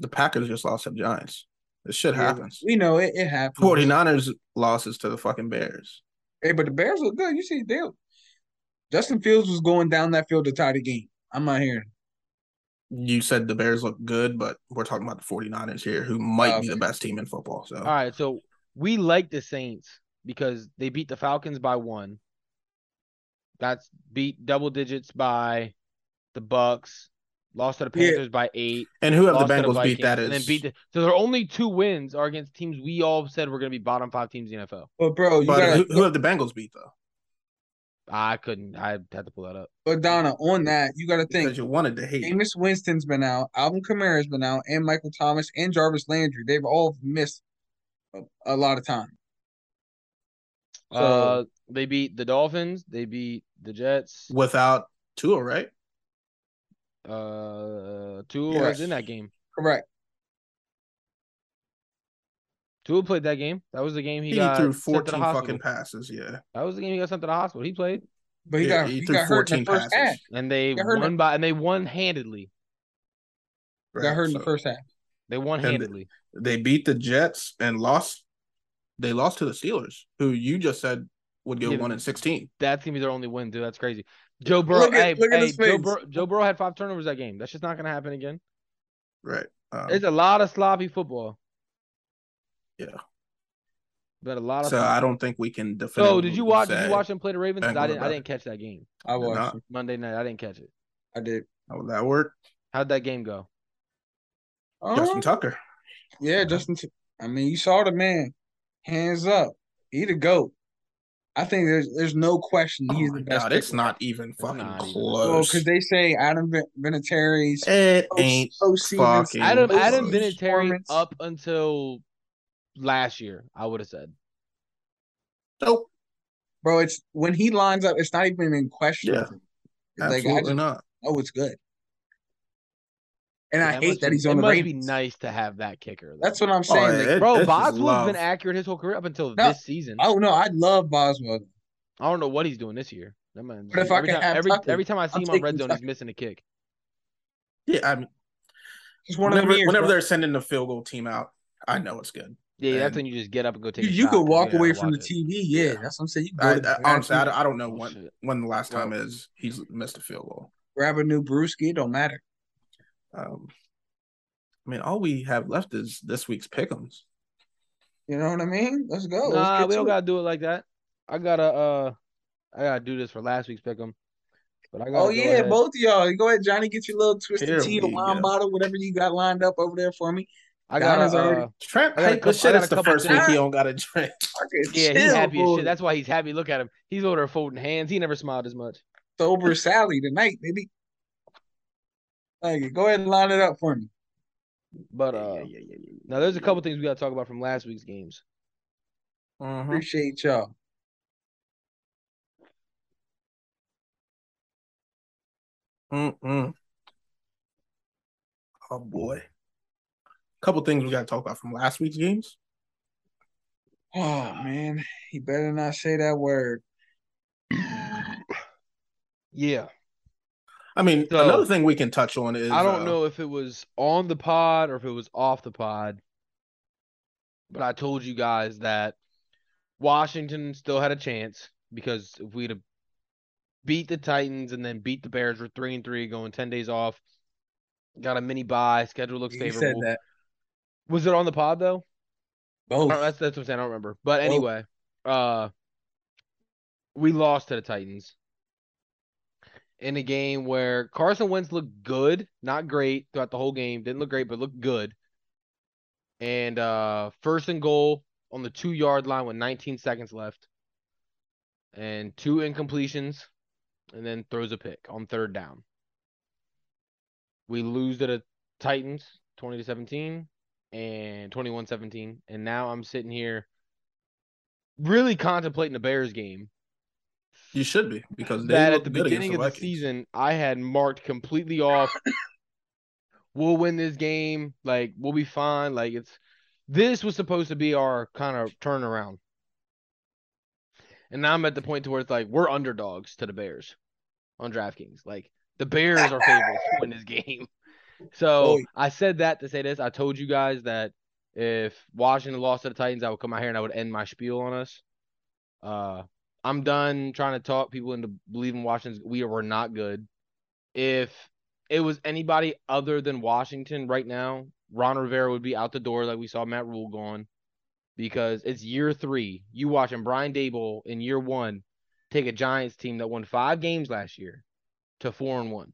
A: The Packers just lost to the Giants. This shit
C: Yeah,
A: happens.
C: We know it, it happens.
A: 49ers losses to the fucking Bears.
C: Hey, but the Bears look good. You see, they Justin Fields was going down that field to tie the game. I'm not hearing.
A: You said the Bears look good, but we're talking about the 49ers here, who might be
C: Okay.
A: the best team in football. So
B: All right, so we like the Saints because they beat the Falcons by one. That's beat double digits by the Bucks. Lost to the
C: Yeah.
B: Panthers by eight.
A: and who have the
B: lost to
A: Bengals beat
B: Vikings,
A: that
B: and then
A: is
B: beat the, so their only two wins are against teams we all said were going to be bottom five teams in the NFL.
C: But bro, you
A: but
C: gotta
A: who, who have the Bengals beat though?
B: I couldn't. I had to pull that up.
C: but Donna, on that, you gotta think
A: Because you wanted to hate.
C: Jameis Winston's been out, Alvin Kamara's been out, and Michael Thomas and Jarvis Landry. They've all missed a, a lot of time. So
B: uh, they beat the Dolphins. They beat the Jets.
A: without Tua, right?
B: Uh, Tua
C: Yes.
B: was in that game.
C: correct.
B: Tua played that game. That was the game he,
A: He,
B: got
A: threw
B: sent to the
A: 14
B: hospital.
A: fucking passes. Yeah,
B: That was the game he got sent to the hospital. He played,
C: But he
A: Yeah,
C: got
A: he
C: he,
A: threw
C: got hurt in
A: 14
C: the first
A: passes.
C: half.
B: and they
C: I heard
B: won
C: that.
B: by, and they won handedly.
C: got hurt in the
A: So
C: first half.
B: They won
A: And the-
B: handedly.
A: They beat the Jets and lost. They lost to the Steelers, who you just said would go
B: Yeah.
A: one and sixteen.
B: That's gonna be their only win, dude. That's crazy. Joe Burrow.
C: Look at-
B: hey,
C: look at
B: hey,
C: his
B: Joe,
C: face.
B: Burrow, Joe Burrow had five turnovers that game. That's just not gonna happen again.
A: Right.
C: Oh.
A: Um,
B: It's a lot of sloppy football.
A: Yeah.
B: But a lot of.
A: so
B: sloppy-
A: I don't think we can defend.
B: So did you watch? Did you watch them play the Ravens? 'Cause I
A: Bengals
B: didn't.
A: are
B: I
A: better.
B: didn't catch that game
C: I
A: They're
C: watched.
A: not.
C: him.
B: Monday night. I didn't catch it.
C: I did.
A: How would that work?
B: How'd that game go?
A: Justin
C: Uh,
A: Tucker.
C: yeah, Justin. T- I mean, you saw the man. Hands up. He the goat. I think there's there's no question
A: Oh
C: he's
A: my
C: the best.
A: God, it's
C: kicker.
A: not even fucking
B: not even-
C: Well,
A: close. Eh.
C: because they say Adam Vin- Vinatieri's
A: it
C: post-
A: ain't
C: postseason-
A: fucking.
B: Adam
C: Those
B: Adam
C: teams'
A: close.
B: Vinatieri
C: performance-
B: up until last year, I would have said.
A: Nope.
C: bro. It's when he lines up. It's not even in question.
A: Yeah.
C: It's like I
A: Absolutely
C: just
A: not.
C: know it's good. And I
B: Yeah, it
C: hate
B: must
C: that
B: be-
C: he's on
B: It
C: the
B: must
C: Ravens.
B: be nice to have that kicker. though.
C: That's what I'm saying.
A: yeah,
C: like,
A: Oh, it-
B: Bro,
A: it's just
B: Boswell's been
A: love.
B: accurate his whole career up until
C: No,
B: this season.
C: oh no, I love Boswell.
B: I don't know what he's doing this year. That man's-
C: But if I
B: every
C: can
B: time,
C: have
B: every,
C: Tucker,
B: every time I see
C: I'm
B: him on red
C: taking
B: zone, he's missing a kick.
A: Yeah, I mean,
C: He's one
A: whenever,
C: of the years,
A: whenever
C: bro.
A: they're sending the field goal team out, I know it's good.
B: Yeah, that's
A: And-
B: when you just get up and go take.
C: you,
B: a
C: you
B: shot,
C: could
B: 'cause
C: walk
B: gotta
C: away from the
B: watch it.
C: TV. Yeah,
A: Yeah.
C: that's what I'm saying. You
A: I,
C: can go
A: I, honestly, I, don't- I don't know
B: Oh,
A: when
B: shit.
A: when the last
B: Well-
A: time is he's missed a field goal.
C: grab a new brewski. It don't matter.
A: Um, I mean, all we have left is this week's pickems.
C: You know what I mean? Let's go. Oh, Let's
B: Nah,
C: get
B: we don't
C: to it.
B: gotta do it like that. I gotta uh, I gotta do this for last week's pick'em. But I gotta.
C: Oh
B: go
C: yeah,
B: ahead.
C: both of y'all. Go ahead, Johnny. Get your little twisted
A: Here
C: tea, the
A: we
C: wine
A: go.
C: bottle, whatever you got lined up over there for me.
B: I gotta.
C: Donna's already-
B: Uh,
A: Trent,
B: I got a
A: hey,
B: couple-
A: this shit
B: I got
A: is
B: a
A: the
B: couple
A: first week
C: things.
A: he don't got a drink.
C: Okay,
B: yeah, he's
C: chill,
B: happy as
C: boy.
B: shit. That's why he's happy. Look at him. He's over there folding hands. He never smiled as much.
C: sober Sally tonight, baby. Like, go ahead and line it up for me.
B: <laughs> But uh, now there's a couple things we gotta talk about from last week's games.
C: <clears throat>
A: Mhm.
C: Appreciate y'all.
A: Mm-mm. mm-hmm. Oh boy. Couple things we gotta talk about from last week's games.
C: Oh man, he better not say that word.
B: Yeah,
A: I mean,
B: So-
A: another thing we can touch on is
B: I don't
A: uh,
B: know if it was on the pod or if it was off the pod, but I told you guys that Washington still had a chance because if we'd have beat the Titans and then beat the Bears, we're three and three, going ten days off, got a mini bye, schedule looks
C: He said
B: favorable.
C: that.
B: Was it on the pod though? I don't-
C: Both.
B: that's that's what I'm saying. I don't remember. But
C: Well-
B: anyway, uh, we lost to the Titans in a game where Carson Wentz looked good, not great throughout the whole game. Didn't look great, but looked good. And uh, first and goal on the two yard line with 19 seconds left, and two incompletions, and then throws a pick on third down. We lose to the Titans 20 to 17 and 21 17. And now I'm sitting here really contemplating the Bears game.
A: you should be because they
B: That at
A: looked
B: the
A: good against
B: beginning of the
A: Vikings.
B: season, I had marked completely off. we'll win this game. Like, we'll be fine. Like, it's this was supposed to be our kind of turnaround. And now I'm at the point to where it's like we're underdogs to the Bears on DraftKings. Like the Bears are favorites to win this game. <laughs> So
C: Oh.
B: I said that to say this. I told you guys that if Washington lost to the Titans, I would come out here and I would end my spiel on us. Uh, I'm done trying to talk people into believing Washington's we were not good. If it was anybody other than Washington right now, Ron Rivera would be out the door like we saw Matt Rule gone because it's year three. You watching Brian Dable in year one take a Giants team that won five games last year to four and one.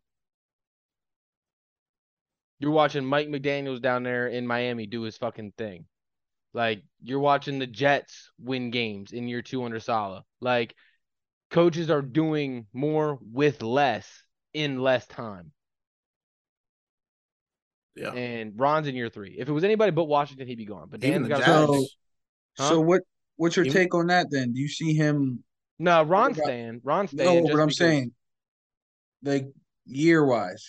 B: You're watching Mike McDaniels down there in Miami do his fucking thing. Like you're watching the Jets win games in year two under Sala. Like coaches are doing more with less in less time.
A: Yeah.
B: And Ron's in year three. If it was anybody but Washington, he'd be gone. But
A: Even
B: Dan's
A: the
B: got
C: Giants.
B: Giants. Huh?
C: So what? What's your
A: You-
C: take on that then? Do you see him?
B: No, Ron's
C: about-
B: staying. Ron's
C: No,
B: staying.
C: but
B: just
C: I'm
B: because-
C: saying, like year wise,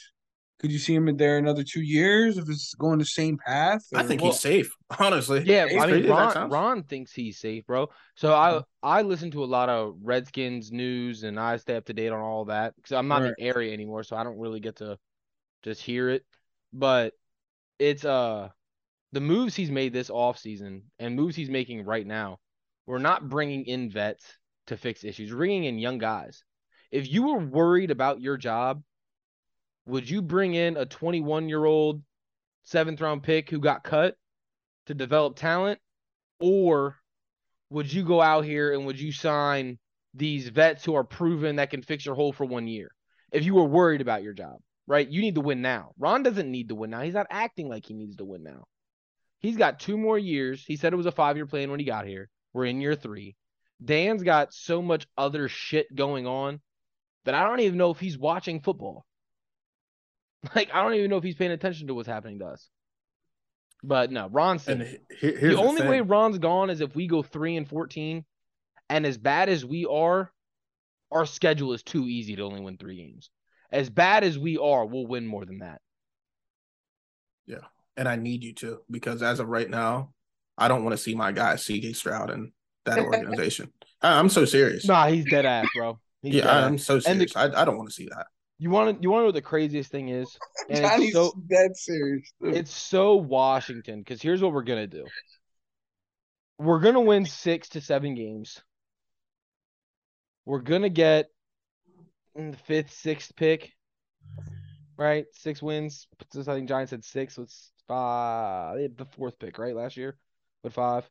C: could you see him in there another two years if it's going the same path?
A: I
C: or-
A: think
B: Well-
A: he's safe, <laughs> honestly.
B: Yeah,
C: He's
B: I mean,
A: pretty good at
B: Ron,
A: times.
B: Ron thinks he's safe, bro. So I I listen to a lot of Redskins news and I stay up to date on all that because I'm not in the area anymore, so I don't really get to just hear it. But it's uh the moves he's made this offseason and moves he's making right now. We're not bringing in vets to fix issues. We're bringing in young guys. If you were worried about your job, would you bring in a 21 year old seventh round pick who got cut to develop talent, or would you go out here and would you sign these vets who are proven that can fix your hole for one year? If you were worried about your job, right? You need to win now. Ron doesn't need to win now. He's not acting like he needs to win now. He's got two more years. He said it was a five year plan when he got here. We're in year three. Dan's got so much other shit going on that I don't even know if he's watching football. <laughs> Like, I don't even know if he's paying attention to what's happening to us. But no, Ron's
A: And
B: safe
A: he- he- here's
B: the only
A: thing.
B: way Ron's gone is if we go three and fourteen, and as bad as we are, our schedule is too easy to only win three games. As bad as we are, we'll win more than that.
A: and I need you to because as of right now, I don't want to see my guy CJ Stroud in
B: <laughs>
A: that organization. I, I'm so serious.
B: Nah, he's dead ass, bro. He's
A: yeah,
B: dead
A: I,
B: ass.
A: am so
B: And the-
A: serious. I, I don't want to see that.
B: You want to you want to know what the craziest thing is? And it's
C: <laughs> Johnny's
B: so
C: that serious. too.
B: it's so Washington because here's what we're gonna do. We're gonna win six to seven games. We're gonna get in the fifth, sixth pick, right? Six wins. So I think Giants had six. So it's five. They had the fourth pick, right? Last year with five.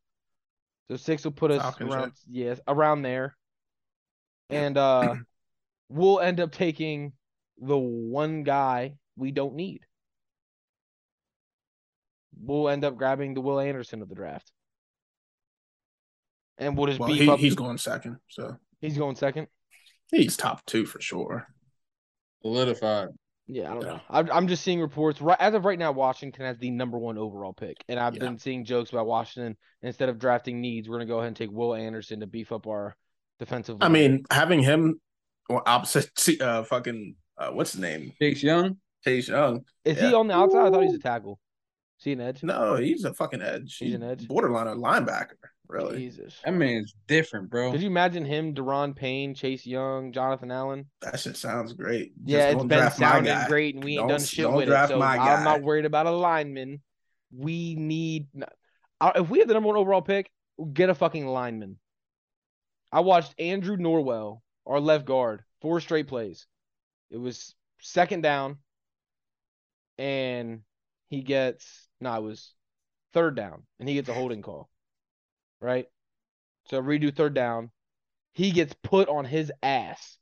B: So six will put us
A: Falcons,
B: around
A: right?
B: yes, around there.
A: Yeah. <clears throat>
B: And uh we'll end up taking the one guy we don't need. We'll end up grabbing the Will Anderson of the draft. And we'll just
A: Well,
B: beef
A: he,
B: up.
A: he's going second, so
B: he's going second.
A: he's top two for sure.
C: solidified.
B: Yeah, I don't
A: Yeah.
B: know. I'm, I'm just seeing reports right as of right now. Washington has the number one overall pick, and I've
A: Yeah.
B: been seeing jokes about Washington. Instead of drafting needs, we're gonna go ahead and take Will Anderson to beef up our defensive.
A: I
B: line.
A: mean, having him well, opposite <laughs> to, uh, fucking uh, what's his name,
C: Chase Young.
A: Chase Young.
B: is he
A: yeah.
B: on the outside? I thought he's a tackle. See an edge?
A: No, he's a fucking edge.
B: He's an edge?
A: borderline a linebacker. Really,
B: Jesus.
C: That man's different, bro.
B: Could you imagine him, Deron Payne, Chase Young, Jonathan Allen?
A: that shit sounds great.
B: yeah, it's
A: don't
B: been
A: draft my
B: sounding
A: guy.
B: great, and we ain't
A: Don't-
B: done shit
A: don't
B: with it.
A: draft
B: So
A: my
B: I'm not
A: guy.
B: worried about a lineman. We need no- I- if we have the number one overall pick, get a fucking lineman. I watched Andrew Norwell, our left guard, four straight plays. It was second down, and he gets no, it was third down, and he gets a holding call, right? So redo third down. He gets put on his ass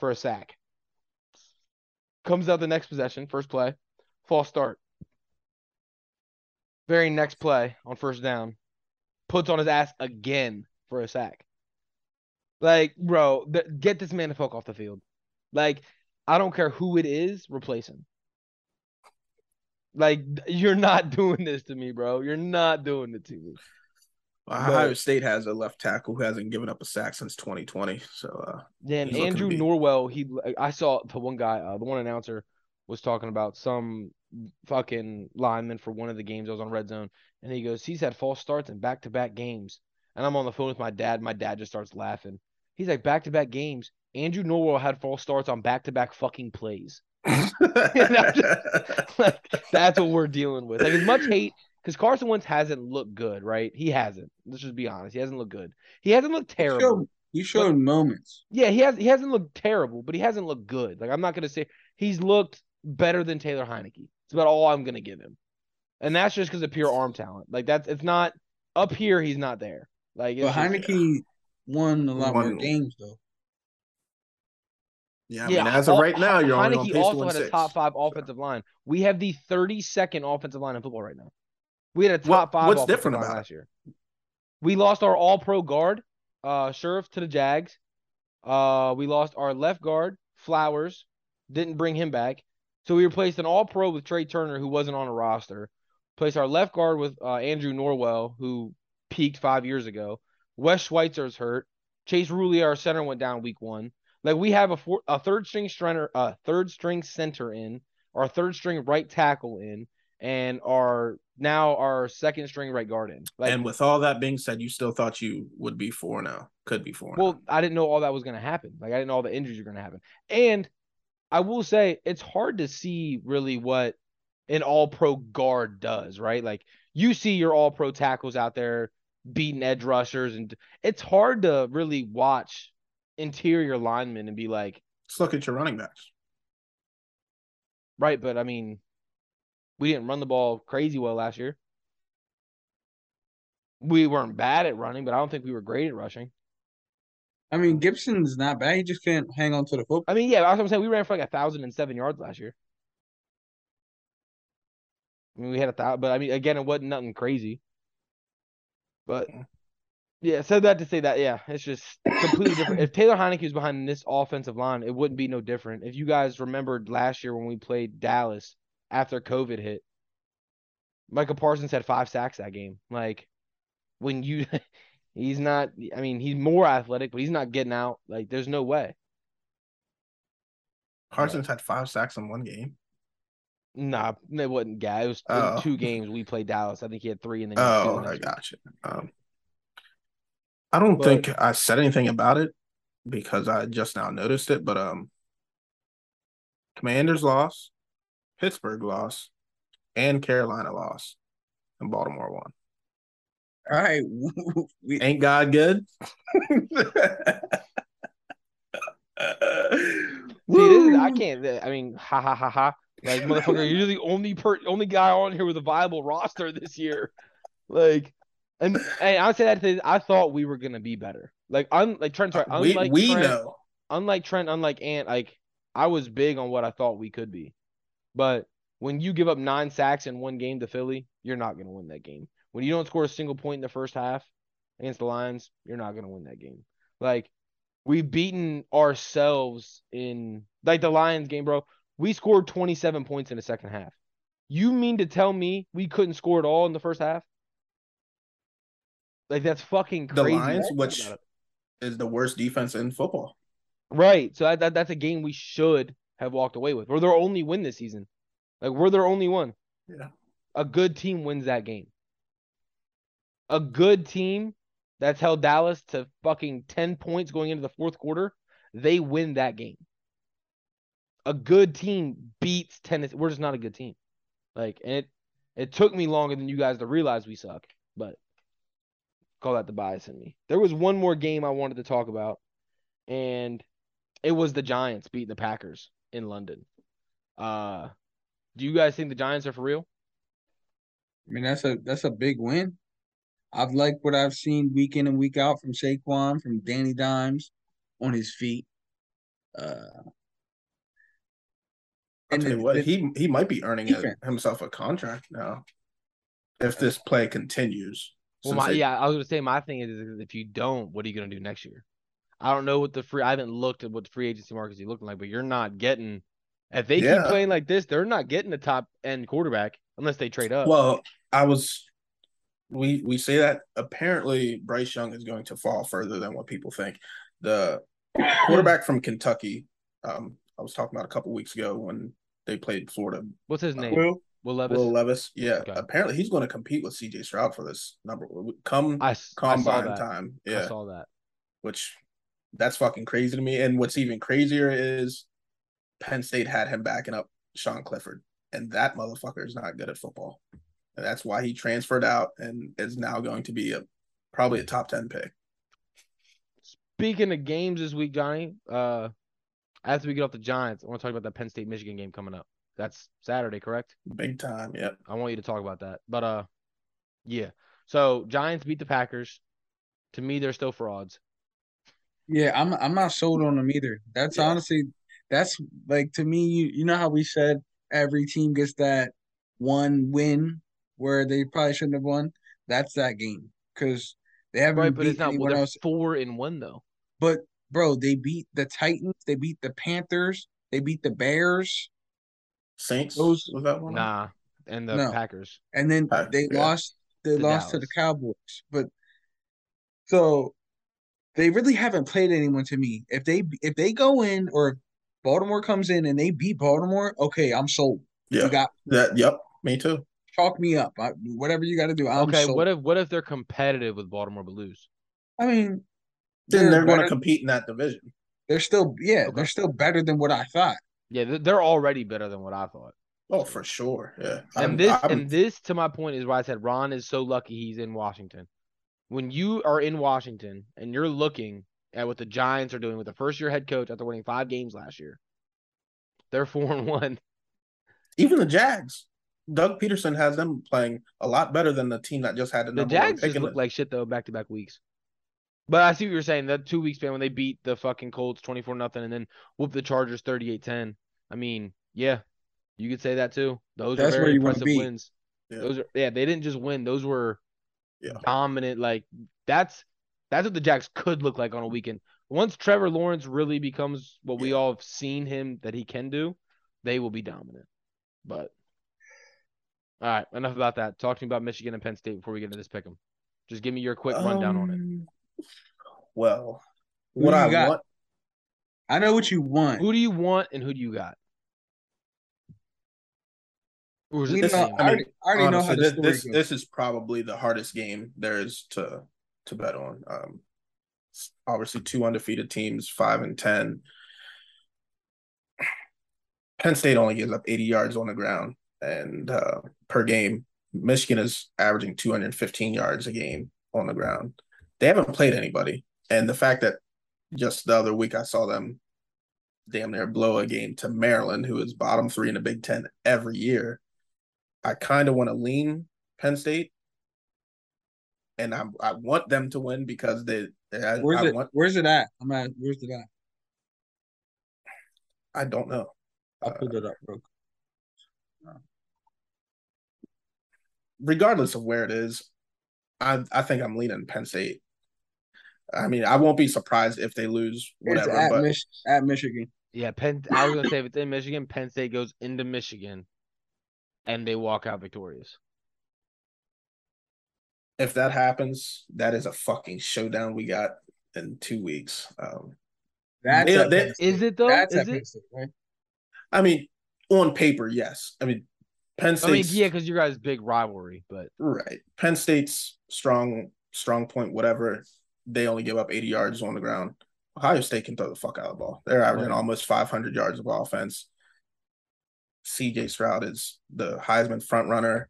B: for a sack comes out the next possession, first play, false start. Very next play on first down, puts on his ass again for a sack. Like, bro, th- get this man the fuck off the field. Like, I don't care who it is, replace him. Like, th- you're not <laughs> doing this to me, bro. You're not doing it to me.
A: Ohio State has a left tackle who hasn't given up a sack since 2020. So uh,
B: Then
A: He's looking
B: Andrew
A: beat.
B: Norwell, he I saw the one guy, uh, the one announcer was talking about some fucking lineman for one of the games I was on Red Zone, and he goes, he's had false starts in back to back games, and I'm on the phone with my dad. My dad just starts laughing. He's like back to back games. Andrew Norwell had false starts on back to back fucking plays. <laughs>
A: uh,
B: like, that's what we're dealing with. Like as much hate because Carson Wentz hasn't looked good, right? He hasn't. Let's just be honest. He hasn't looked good. He hasn't looked
C: He
B: terrible.
C: showed, he showed moments.
B: Yeah, he has he hasn't looked terrible, but he hasn't looked good. Like I'm not gonna say he's looked better than Taylor Heineke. It's about all I'm gonna give him. And that's just because of pure arm talent. Like that's it's not up here, he's not there. Like it's
C: But
B: just-
C: Heineke won a lot more
A: Won.
C: games though.
A: <laughs> yeah, I mean, as
B: all-
A: of right now, you're only on
B: Heineke
A: pace to
B: also
A: win
B: had a
A: six.
B: top five offensive line. We have the 32nd offensive line in football right now. We had a
A: What-
B: top five.
A: what's
B: offensive
A: different
B: line
A: about it?
B: last year? We lost our All Pro guard, uh, Sheriff to the Jags. Uh, we lost our left guard, Flowers. Didn't bring him back, so we replaced an All Pro with Trey Turner, who wasn't on a roster. Placed our left guard with uh, Andrew Norwell, who peaked five years ago. Wes Schweitzer's hurt. Chase Rulia, our center, went down week one. Like we have a four, a third string center, a third string center in, our third string right tackle in, and our now our second string right guard in. Like,
A: and with all that being said, you still thought you would be four now, could be four. oh.
B: well, I didn't know all that was going to happen. Like I didn't know all the injuries were going to happen. And I will say it's hard to see really what an all-pro guard does, right? Like you see your all-pro tackles out there beating edge rushers, and it's hard to really watch interior linemen and be like.
A: let's look at your running backs.
B: Right, but I mean, we didn't run the ball crazy well last year. We weren't bad at running, but I don't think we were great at rushing.
C: I mean, Gibson's not bad. He just can't hang on to the football.
B: I mean, yeah, that's what I'm saying. We ran for like a thousand and seven yards last year. I mean, we had a thousand, but I mean, again, it wasn't nothing crazy. But
A: Yeah.
B: yeah, said that to say that, yeah, it's just completely different. If Taylor Heineke was behind this offensive line, it wouldn't be no different. If you guys remembered last year when we played Dallas after COVID hit, Michael Parsons had five sacks that game. Like when you, <laughs> he's not. I mean, he's more athletic, but he's not getting out. Like there's no way.
A: Parsons had five sacks in one game.
B: Nah, it wasn't guy. It was in
A: Oh.
B: two games we played Dallas. I think he had three and then he had two
A: Oh,
B: the
A: I
B: next week.
A: gotcha. Um, I don't
B: But-
A: think I said anything about it because I just now noticed it, but um, Commanders lost, Pittsburgh lost, and Carolina lost, and Baltimore won.
C: All right, <laughs> we
A: Ain't God good?
B: See, this is, I
A: Woo!
B: can't. I mean, ha ha ha ha.
A: <laughs>
B: Like motherfucker, you're the only per only guy on here with a viable roster this year. Like, and and I'll say that to, I thought we were gonna be better. Like, un like Trent. Sorry,
A: we
B: unlike
A: we
B: Trent,
A: know.
B: unlike Trent, unlike Ant, like I was big on what I thought we could be. But when you give up nine sacks in one game to Philly, you're not going to win that game. When you don't score a single point in the first half against the Lions, you're not going to win that game. Like we've beaten ourselves in like the Lions game, bro. We scored 27 points in the second half. You mean to tell me we couldn't score at all in the first half? Like that's fucking
A: The
B: crazy.
A: Lions,
B: Think
A: which-
B: about it.
A: Is the worst defense in football.
B: Right. So that, that that's a game we should have walked away with. We're their only win this season. Like we're their only one.
A: Yeah.
B: A good team wins that game. A good team that's held Dallas to fucking 10 points going into the fourth quarter, they win that game. A good team beats Tennessee. We're just not a good team. Like and it it took me longer than you guys to realize we suck, but call that the bias in me. There was one more game I wanted to talk about and it was the Giants beating the Packers in London. Uh do you guys think the Giants are for real?
C: I mean, that's a that's a big win. I've liked what I've seen week in and week out from Saquon, from Danny Dimes, on his feet. Uh,
A: I'll
C: And
A: tell you
C: the-
A: what,
C: the-
A: he he might be earning a,
C: Defense.
A: himself a contract now if this play continues.
B: Well,
A: Since
B: my,
A: they-
B: yeah, I was gonna say my thing is, is if you don't, what are you gonna do next year? I don't know what the free. I haven't looked at what the free agency market is looking like, but you're not getting. If they keep
A: Yeah.
B: playing like this, they're not getting a top end quarterback unless they trade up.
A: Well, I was we we say that apparently Bryce Young is going to fall further than what people think.
B: <laughs>
A: The quarterback from Kentucky, um, I was talking about a couple weeks ago when they played Florida.
B: What's his name?
C: Will,
B: Will Levis.
A: Will Levis, yeah.
B: Okay.
A: Apparently, he's going to compete with C.J. Stroud for this number come
B: I, s- I saw
A: combine
B: that.
A: time.
B: I
A: Yeah,
B: saw that.
A: which That's fucking crazy to me. And what's even crazier is Penn State had him backing up Sean Clifford, and that motherfucker is not good at football. And that's why he transferred out and is now going to be a probably a top ten pick.
B: Speaking of games this week, Johnny, uh, after we get off the Giants, I want to talk about that Penn State Michigan game coming up. That's Saturday, correct?
A: Big time. Yep.
B: I want you to talk about that. But uh yeah. So Giants beat the Packers. To me, they're still frauds.
C: Yeah, I'm I'm not sold on them either. That's
A: Yeah.
C: honestly that's like to me, you you know how we said every team gets that one win where they probably shouldn't have won? That's that game. Because they haven't
B: Right, but
C: beat
B: it's not
C: anyone
B: they're
C: else.
B: four and one though.
C: But bro, they beat the Titans, they beat the Panthers, they beat the Bears,
A: Saints
C: Those-
A: was that one?
B: Nah. And the
C: No.
B: Packers.
C: and then
A: Uh,
C: they
A: yeah.
C: lost they
B: To
C: lost to the Cowboys. But so they really haven't played anyone to me. If they if they go in or if Baltimore comes in and they beat Baltimore, okay, I'm sold.
A: Yeah.
C: You got
A: that. Yep. Me too.
C: chalk me up. I, whatever you got to do, I'm
B: okay,
C: sold.
B: what if what if they're competitive with Baltimore but lose?
C: I mean,
A: Then they're going
C: better-
A: to compete in that division.
C: They're still yeah,
B: Okay.
C: they're still better than what I thought.
B: Yeah, they're- they're already better than what I thought.
A: Oh, for sure. Yeah.
B: And
A: I'm-
B: this
A: I'm-
B: and this to my point is why I said Ron is so lucky he's in Washington. When you are in Washington and you're looking at what the Giants are doing with the first year head coach after winning five games last year, they're four and one.
A: even the Jags. Doug Peterson has them playing a lot better than the team that just had the
B: The
A: number
B: Jags
A: one
B: just
A: pick. in
B: look
A: the-
B: like shit though back to back weeks. But I see what you're saying. That two week span when they beat the fucking Colts twenty four nothing and then whoop the Chargers 38-10. I mean, yeah, you could say that too. Those
C: That's
B: are
C: where
B: very
C: you wanna
B: impressive
C: be.
B: wins.
A: Yeah.
B: Those are yeah, they didn't just win. Those were
A: Yeah.
B: dominant. Like that's that's what the Jacks could look like on a weekend. Once Trevor Lawrence really becomes what we
A: Yeah.
B: all have seen him that he can do, they will be dominant. But all right, enough about that. Talk to me about Michigan and Penn State before we get into this pick 'em. Just give me your quick rundown on it.
A: Um, Well,
C: Who
A: what
C: you
A: I
C: got?
A: want,
C: I know what you want.
B: Who do you want and who do you got? Or is
C: We
B: it
C: know,
B: the
A: this-
C: I,
B: same?
A: mean,
C: already, I already know how
A: honestly,
C: the
A: this,
C: story
A: um, this
C: goes.
A: this is probably the hardest game there is to to bet on. Um, s- obviously, two undefeated teams, five and ten. Penn State only gives up 80 yards on the ground and uh, per game. Michigan is averaging 215 yards a game on the ground. They haven't played anybody, and the fact that just the other week I saw them damn near blow a game to Maryland, who is bottom three in the Big Ten every year. I kind of want to lean Penn State, and I I want them to win because they. I,
C: where's
A: I
C: it?
A: want.
C: Where's it at? I'm at. Where's it at?
A: I don't know.
C: I pulled it up, bro.
A: regardless of where it is, I I think I'm leaning Penn State. I mean, I won't be surprised if they lose whatever,
C: it's at,
A: but
C: Mich- at Michigan.
B: Yeah, Penn. I was gonna say if it's in Michigan, Penn State goes into Michigan, and they walk out victorious.
A: if that happens, that is a fucking showdown we got in two weeks. Um,
C: That's
A: They-
C: at
A: they-
C: Penn State.
B: Is it though?
C: That's
B: is
C: at
B: it?
C: Penn State, right?
A: I mean, on paper, yes. I mean, Penn
B: I mean,
A: State's
B: yeah, because you guys' big rivalry, but
A: right. Penn State's strong strong point, whatever. They only give up 80 yards on the ground. Ohio State can throw the fuck out of the ball. They're averaging
B: Right.
A: almost 500 yards of offense. CJ Stroud is the Heisman front runner.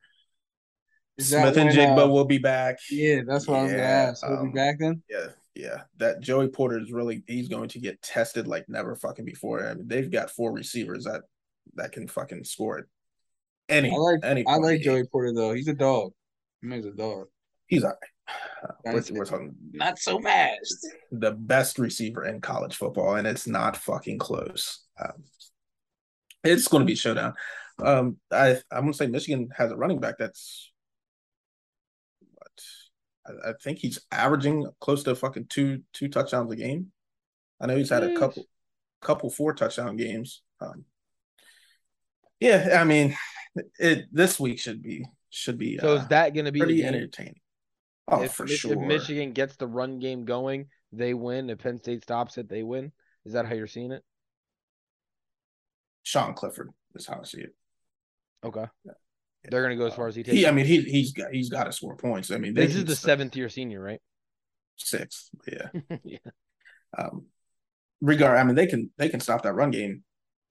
C: Is that
A: Smith and
C: when,
A: Jigba
C: uh,
A: will be back.
C: Yeah, that's what I was gonna
A: Yeah,
C: ask. He'll be
A: um,
C: back then.
A: Yeah, yeah. That Joey Porter is really he's going to get tested like never fucking before. I mean, they've got four receivers that that can fucking score it. Any
C: I like-
A: any
C: I
A: point
C: like
A: of the game.
C: Joey Porter though. He's a dog. He's a dog.
A: He's all right. We're,
C: Nice.
A: we're talking
C: Not so fast.
A: the best receiver in college football, and it's not fucking close. Um, it's going to be a showdown. Um, I I'm going to say Michigan has a running back that's what I, I think he's averaging close to fucking two two touchdowns a game. I know he's had a
B: Jeez.
A: couple couple four touchdown games. Um, yeah, I mean, it this week should be should be
B: so
A: uh,
B: is that gonna be the
A: pretty
B: game?
A: entertaining. Oh,
B: if,
A: for
B: Mich- if
A: sure.
B: Michigan gets the run game going, they win. If Penn State stops it, they win. Is that how you're seeing it?
A: Sean Clifford is how I see it.
B: Okay. They're gonna go as far as he takes.
A: He, I
B: it.
A: mean, he he's got he's got to score points. I mean, they
B: this
A: can
B: is the
A: still-
B: seventh year senior, right?
A: sixth. Yeah,
B: <laughs> yeah.
A: Um, regard, I mean, they can they can stop that run game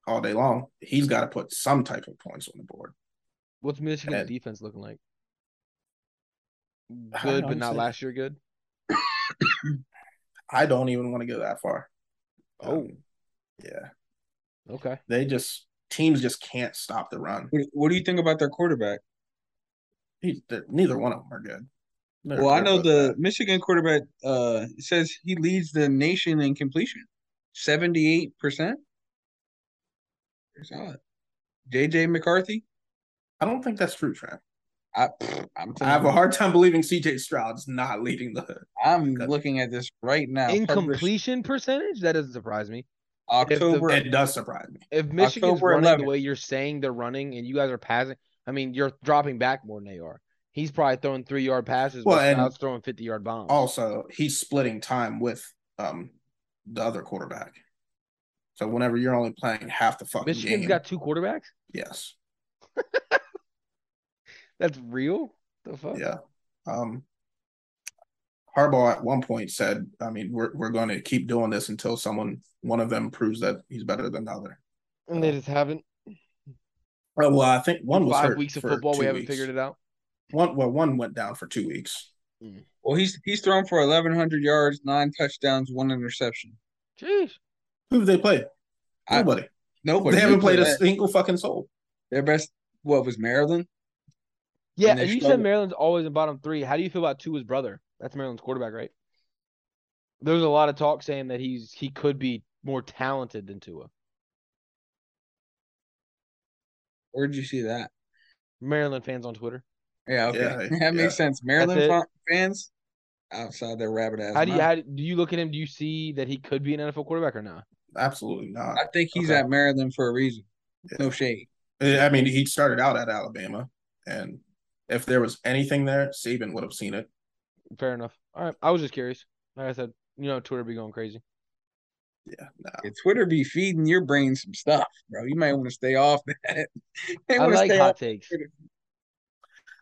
A: all day long. He's got to put some type of points on the board.
B: What's Michigan's
A: And-
B: defense looking like?
A: I
B: Good, but
A: don't
B: not
A: see-
B: last year good.
A: I don't even want to go that far.
B: Oh.
A: Um, yeah,
B: Okay.
A: they just teams just can't stop the run.
C: What, what do you think about their quarterback?
A: He, they're- neither one of them are good. They're-
C: Well, I
A: they're
C: know
A: both
C: the
A: bad.
C: Michigan quarterback uh says he leads the nation in completion, seventy eight percent. Solid. JJ McCarthy.
A: I don't think that's true, Trent.
C: I pfft, I'm
A: I have
B: <laughs>
C: telling
A: a hard time believing CJ Stroud's not leading the hood.
C: you, I'm looking at this right now. Published
B: Incompletion percentage? That doesn't surprise me.
C: October.
A: It does surprise me.
B: If Michigan's
C: October
B: running
C: 11th.
B: the way you're saying they're running and you guys are passing, I mean, you're dropping back more than they are. He's probably throwing three yard passes,
A: Well,
B: but
A: and- Oh,
B: Stroud's throwing 50 yard bombs.
A: Also, he's splitting time with um the other quarterback. So whenever you're only playing half the fucking
B: Michigan's
A: game,
B: got two quarterbacks?
A: yes,
B: That's real? The fuck?
A: yeah. Um, Harbaugh at one point said, "I mean, we're we're going to keep doing this until someone one of them proves that he's better than the other."
B: And they just haven't.
A: Oh, well, I think one was
B: five
A: hurt
B: weeks of
A: for
B: football,
A: two
B: we haven't
A: weeks.
B: figured it out.
A: One well, one went down for two weeks.
C: Well, he's he's thrown for eleven hundred yards, nine touchdowns, one interception.
B: Jeez.
A: Who did they play?
C: I-
A: Nobody.
C: Nobody.
A: they haven't
C: Look at
A: played a
C: that.
A: single fucking soul.
C: Their best. What was Maryland?
B: Yeah,
C: And
B: and,
C: they
B: you said
C: struggled.
B: Maryland's always in bottom three. How do you feel about Tua's brother? That's Maryland's quarterback, right? There was a lot of talk saying that he's he could be more talented than Tua.
C: Where'd you see that?
B: Maryland fans on Twitter.
C: Yeah, okay,
A: Yeah,
C: <laughs> that makes sense. Maryland
B: it.
C: fa- fans outside their rabbit ass.
B: How do you
C: mouth.
B: how do do you look at him? Do you see that he could be an NFL quarterback or not?
A: Absolutely not.
C: I think he's
B: Okay.
C: at Maryland for a reason.
A: Yeah.
C: No shade.
A: I I mean, he started out at Alabama, and if there was anything there, Saban would have seen it.
B: Fair enough. All right, I was just curious. Like I said, you know, Twitter be going crazy.
A: Yeah, nah.
C: Yeah, Twitter be feeding your brain some stuff, bro. You might want to stay off <laughs> that. You might
B: I
C: wanna
B: like
C: stay
B: hot
C: off-
B: takes.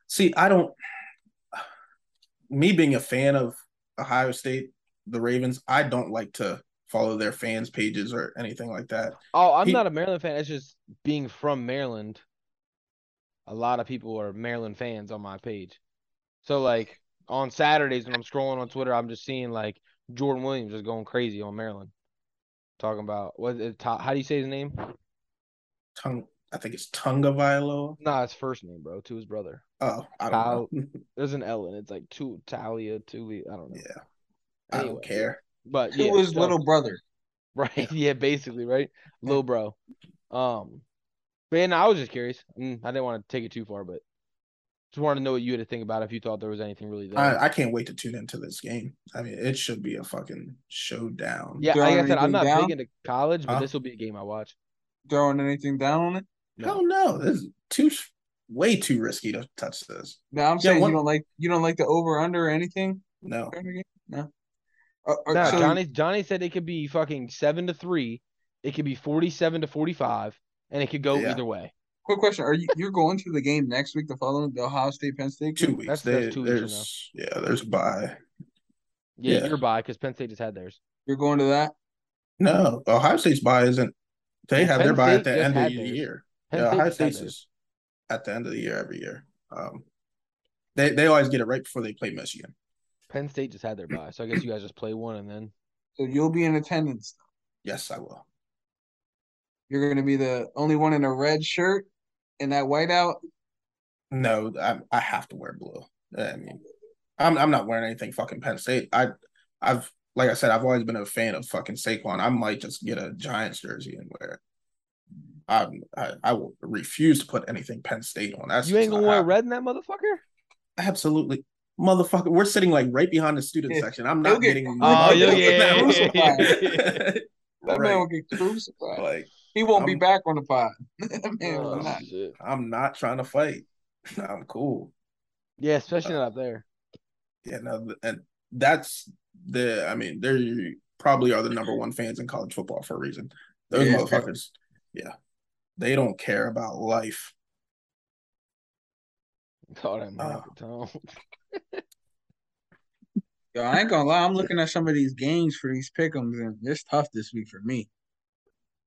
A: See, I don't. Me being a fan of Ohio State, the Ravens, I don't like to follow their fans' pages or anything like that.
B: Oh, I'm
A: He-
B: not a Maryland fan. It's just being from Maryland. A lot of people are Maryland fans on my page. So like on Saturdays when I'm scrolling on Twitter, I'm just seeing like Jordan Williams is going crazy on Maryland, talking about what is Ta- how do you say his name?
A: Tung, I think it's Tunga Vilo.
B: Nah, his first name, bro, to his brother.
A: Oh, I don't know.
B: There's an L in it. It's like two Talia, Tuli. I don't know.
A: yeah, I
B: Anyway.
A: don't care.
B: But
C: Who
B: yeah,
C: was
B: so-
C: little brother?
B: <laughs> right? Yeah, basically, right? Lil bro. Um, but yeah, no, I was just curious. Mm, I didn't want to take it too far, but just wanted to know what you had to think about if you thought there was anything really there.
A: I, I can't wait to tune into this game. I mean, it should be a fucking showdown.
B: yeah,
C: throwing
B: like I said, I'm
C: anything
B: not
C: down?
B: big into college, but
A: Huh?
B: this will be a game I watch.
C: Throwing anything down on it?
A: Hell no, this is too way too risky to touch this.
C: No, I'm saying
A: one- Oh.
C: you don't like you don't like the over under or anything.
A: No,
C: during the game? No. Uh, uh,
B: Nah,
C: so-
B: Johnny Johnny said it could be fucking seven to three, it could be forty-seven to forty-five, and it could go
A: Yeah.
B: either way.
C: Quick question: Are you you're going to the game next week? The following the Ohio State Penn State
A: two
C: game?
A: weeks.
B: That's-
A: They-
B: that's two weeks from
A: there's yeah, there's a bye.
B: Yeah,
A: Yeah.
B: you're by because Penn State just had theirs.
C: You're going to that?
A: No, Ohio State's bye isn't. They
B: Well,
A: have
B: Penn
A: their bye at
B: State
A: the
B: just
A: end of
B: had
A: the
B: theirs.
A: year.
B: Penn
A: yeah,
B: State
A: Ohio
B: just had
A: State's
B: theirs.
A: is at the end of the year every year. Um, they they always get it right before they play Michigan.
B: Penn State just had their bye, so I guess you guys just play one and then
C: So you'll be in attendance.
A: Yes, I will.
C: You're going to be the only one in a red shirt and that whiteout.
A: No, I I have to wear blue. I mean, I'm I'm not wearing anything fucking Penn State. I I've like I said, I've always been a fan of fucking Saquon. I might just get a Giants jersey and wear it. I'm, I I will refuse to put anything Penn State on. That's
B: you ain't
A: just
B: gonna
A: not
B: wear
A: happening.
B: red in that motherfucker.
A: Absolutely. Motherfucker, we're sitting like right behind the student
C: Yeah.
A: section. I'm
C: They'll
A: not
C: get-
A: getting.
B: Oh,
A: rid of
B: yeah, yeah,
A: that
B: yeah,
A: one. <laughs>
C: That
A: Right.
C: man will get crucified.
A: like
C: he won't be
A: I'm- Uh.
C: back on the pod. <laughs> That man will
B: Oh,
C: not.
B: shit.
A: I'm not trying to fight. <laughs> I'm cool.
B: Yeah, especially not up there. <laughs>
A: Yeah, no, th- and that's the. I mean, they probably are the number one fans in college football for a reason. Those
C: Yeah.
A: motherfuckers. Yeah, they don't care about life.
B: God, I'm
C: Uh,
A: Oh.
B: <laughs>
C: <laughs>
B: Uncle Tom.
C: Yo, I ain't gonna lie. I'm looking at some of these games for these pickums, and it's tough this week for me.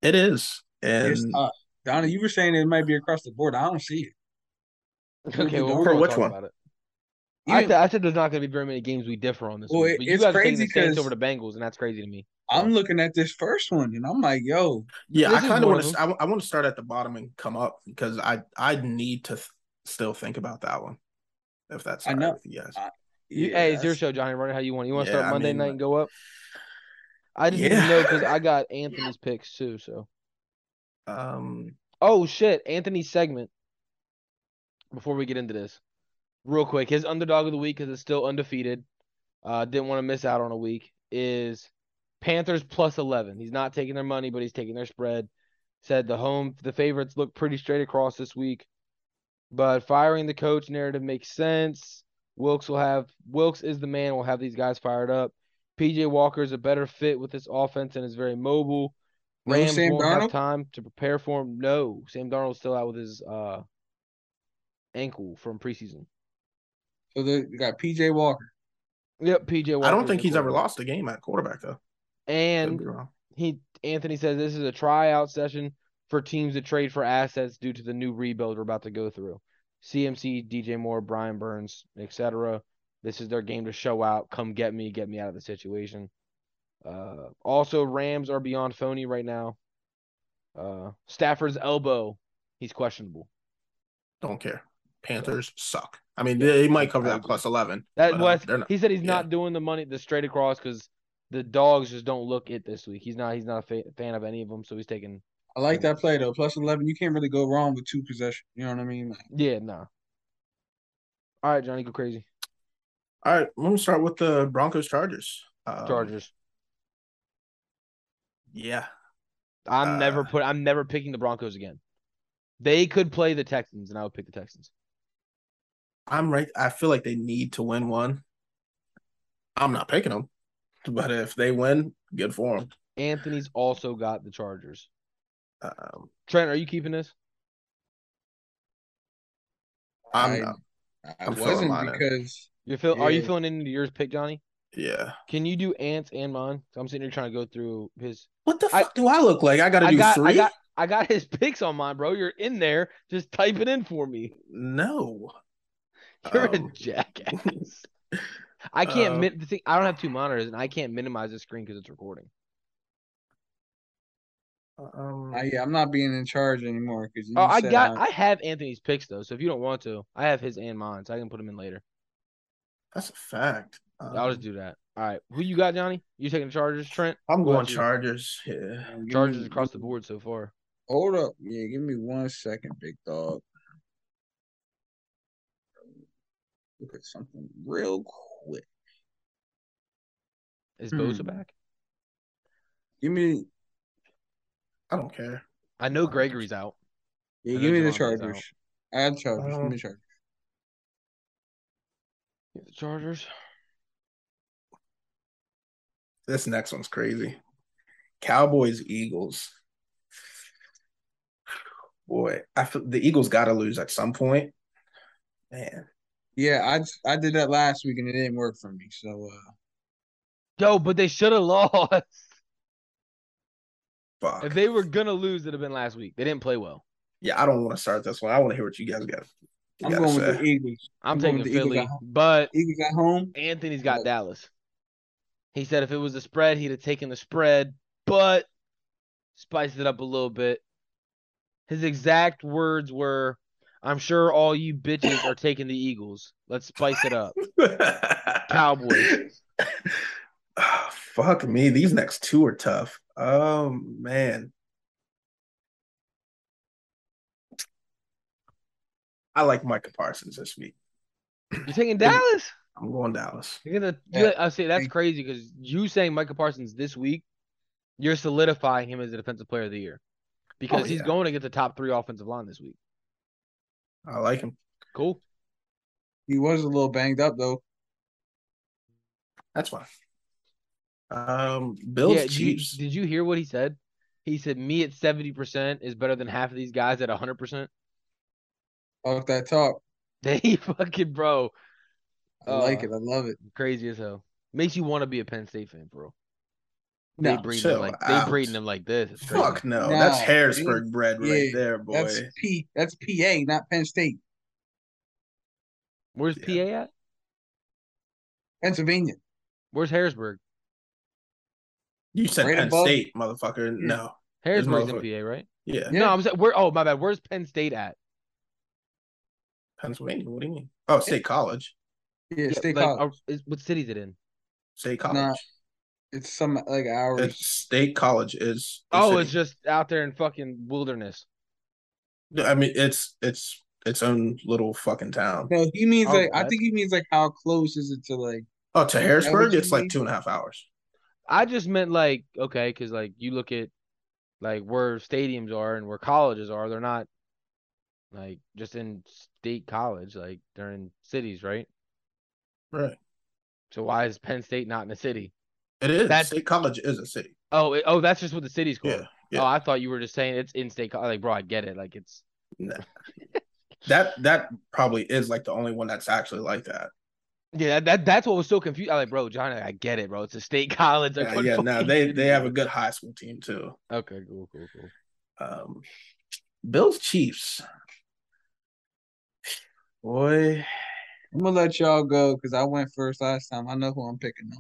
A: It is. And
C: It's tough. Donna, you were saying it might be across the board. I don't see it.
B: Okay, well,
A: For
B: we're gonna
A: which
B: talk
A: one?
B: About it. I,
C: Even-
B: said- I said there's not going to be very many games we differ on this.
C: Well,
B: one,
C: it-
B: but you
C: it's
B: guys are taking
C: crazy
B: the Saints
C: 'cause-
B: over the Bengals, and that's crazy to me.
C: I'm looking at this first one, and I'm like, yo,
A: yeah,
B: This
A: I
B: is
A: kind of
B: one
A: want
B: of
A: to. I, want to start at the bottom and come up because I I need to th- still think about that one. If that's
C: I
A: all right
C: know.
A: with you guys.
C: I-
B: You,
C: yeah,
B: hey, it's your
C: that's-
B: show, Johnny. Run it how you want. You want to
A: Yeah,
B: start
A: I
B: Monday
A: mean,
B: night and go up? I just need
A: Yeah.
B: to know because I got Anthony's picks too. So,
A: Um,
B: oh shit, Anthony's segment. Before we get into this, real quick, his underdog of the week because it's still undefeated. Uh, didn't want to miss out on a week. Is Panthers plus eleven. He's not taking their money, but he's taking their spread. Said the home the favorites look pretty straight across this week, but firing the coach narrative makes sense. Wilkes will have Wilkes is the man. Will have these guys fired up. PJ Walker is a better fit with this offense and is very mobile.
C: No
B: Rams
C: Sam
B: won't
C: Darnold?
B: have time to prepare for him. No, Sam Darnold's still out with his uh ankle from preseason.
C: So they they got PJ Walker.
B: Yep, PJ Walker.
A: I don't think he's ever lost a game at quarterback though. Could
B: And
A: be wrong.
B: he Anthony says this is a tryout session for teams to trade for assets due to the new rebuild we're about to go through. CMC, DJ Moore, Brian Burns, etc. This is their game to show out. Come get me, get me out of the situation. Uh, also, Rams are beyond phony right now. Uh, Stafford's elbow, he's questionable.
A: Don't care. Panthers suck. I mean, they, they might cover
B: I
A: that
B: agree.
A: plus eleven.
B: That
A: but, uh,
B: was
A: they're not.
B: he said he's
A: yeah.
B: not doing the money the straight across because the dogs just don't look it this week. He's not he's not a fa- fan of any of them, so he's taking
C: I like that play though. Plus eleven, you can't really go wrong with two possessions. You know what I mean? Like,
B: yeah nah. All right, Johnny, go crazy.
A: All right, I'm gonna start with the Broncos Chargers. Um,
B: Chargers.
A: Yeah,
B: I'm never
A: uh,
B: put. I'm never picking the Broncos again. They could play the Texans, and I would pick the Texans.
A: I'm right. I feel like they need to win one. I'm not picking them, but if they win, good for them.
B: Anthony's also got the Chargers.
A: Um,
B: Trent, are you keeping this?
A: I'm
C: I,
A: not.
C: I
A: I'm filling
C: wasn't
A: mine in.
C: because
B: You feel? Are you
C: Yeah.
B: feeling into yours pick, Johnny?
A: Yeah.
B: Can you do ants and mine? So I'm sitting here trying to go through his.
A: What the
B: I-
A: fuck do I look like? I got to
B: I
A: do
B: got.
A: three.
B: I got. I got his <laughs> picks on mine, bro. You're in there. Just type it in for me.
A: No.
B: You're a
A: Um,
B: jackass. I can't.
A: uh,
B: min- the thing, I don't have two monitors, and I can't minimize the screen because it's recording.
A: Um,
C: I, yeah, I'm not being in charge anymore. Because
B: Oh, I got. I have Anthony's picks though, so if you don't want to, I have his and mine, so I can put them in later.
A: that's a fact.
B: I'll just
A: Um,
B: do that. All right, who you got, Johnny? You taking the Chargers, Trent?
A: I'm
B: What
A: going
B: about you?
A: Chargers. Yeah.
B: Chargers across the board so far.
C: Hold up, yeah. Give me one second, big dog. Look at something real quick.
B: Is
C: Hmm.
B: Bosa back?
C: Give me,
A: I don't care.
B: I know Gregory's out. I
C: yeah,
B: know
C: give me the
B: Javonte's out.
C: Chargers. I have the Chargers. Give me
A: Um,
C: the Chargers.
B: Yeah, the Chargers.
A: This next one's crazy. Cowboys Eagles. Boy, I feel the Eagles got to lose at some point. Man,
C: Yeah, I I did that last week and it didn't work for me. So uh,
B: Yo, but they should have <laughs> lost.
A: fuck.
B: If they were gonna lose, it'd have been last week. They didn't play well.
A: yeah, I don't want to start this one. I want to hear what you guys got. you
C: I'm
A: gotta
C: going with
A: say.
C: the Eagles.
B: I'm,
C: I'm going
B: taking
C: with the Eagles
B: Philly,
C: at home.
B: but
C: Eagles at home.
B: Anthony's got
C: Look.
B: Dallas. He said if it was a spread, he'd have taken the spread, but spiced it up a little bit. His exact words were, "I'm sure all you bitches are taking the Eagles. Let's spice it up."
A: <laughs>
B: Cowboys.
A: <sighs> Ah, fuck me. These next two are tough. Oh man. I like Micah Parsons this week.
B: You're taking Dallas.
A: I'm going Dallas.
B: You're gonna.
C: Yeah.
B: you're- I say that's
C: Thank-
B: crazy because you saying Micah Parsons this week, you're solidifying him as the defensive player of the year because he's
A: yeah.
B: going to get the top three offensive line this week.
A: I like him.
B: Cool.
C: He was a little banged up though.
A: That's fine. Um, Bills
B: yeah. you-
A: Chiefs.
B: did you hear what he said? He said me at seventy percent is better than half of these guys at hundred percent. <laughs>
C: Talk that talk.
B: They fucking bro,
C: I like
B: Uh,
C: it. I love it.
B: crazy as hell. Makes you want to be a Penn State fan, bro.
C: No,
B: they breeding
A: chill
B: them like they breeding
A: out.
B: them like this. It's crazy.
A: Fuck no,
C: Nah,
A: that's Harrisburg bread right
C: yeah,
A: there, boy.
C: That's P. That's PA, not Penn State,
B: Where's
A: Yeah.
B: PA at?
C: Pennsylvania.
B: Where's Harrisburg?
A: you said
C: right
A: Penn
C: above-
A: State, motherfucker. No,
B: Harrisburg's in
A: motherfucker-
B: PA, right?
A: yeah,
C: Yeah.
B: No, I'm saying where. Oh my bad. Where's Penn State at?
A: Pennsylvania. What do you mean? Oh, State College.
C: Yeah,
B: Yeah,
C: State
B: like,
C: College.
B: are- is- what city is it in?
A: State
C: Nah,
A: College.
C: It's some like hours.
A: It's- State College is. the
B: Oh,
A: city.
B: it's just out there in fucking wilderness.
A: I mean, it's it's its own little fucking town.
C: no, he means
B: Oh,
C: like I
B: that's-
C: think he means like how close is it to like
A: Oh, to Harrisburg,
C: you
A: it's like
C: mean?
A: two and a half hours.
B: I just meant like okay, because like you look at like where stadiums are and where colleges are, they're not like just in state college, like they're in cities, right?
A: Right.
B: So why is Penn State not in a city?
A: It is.
B: That's-
A: State College is a city.
B: Oh, it, oh, that's just what the city's called.
A: Yeah, yeah.
B: Oh, I thought you were just saying it's in state college. Like, bro, I get it. Like it's
A: That that probably is like the only one that's actually like that.
B: yeah, that that's what was so confused. I like, bro, Johnny, I get it, bro. It's a state <laughs> college. Like,
A: Yeah,
B: what
A: yeah no,
B: fucking
A: they
B: city
A: they
B: is
A: have
B: it?
A: a good high school team too.
B: Okay, cool, cool, cool.
A: Um, Bills Chiefs. Boy,
C: I'm gonna let y'all go because I went first last time. I know who I'm picking now.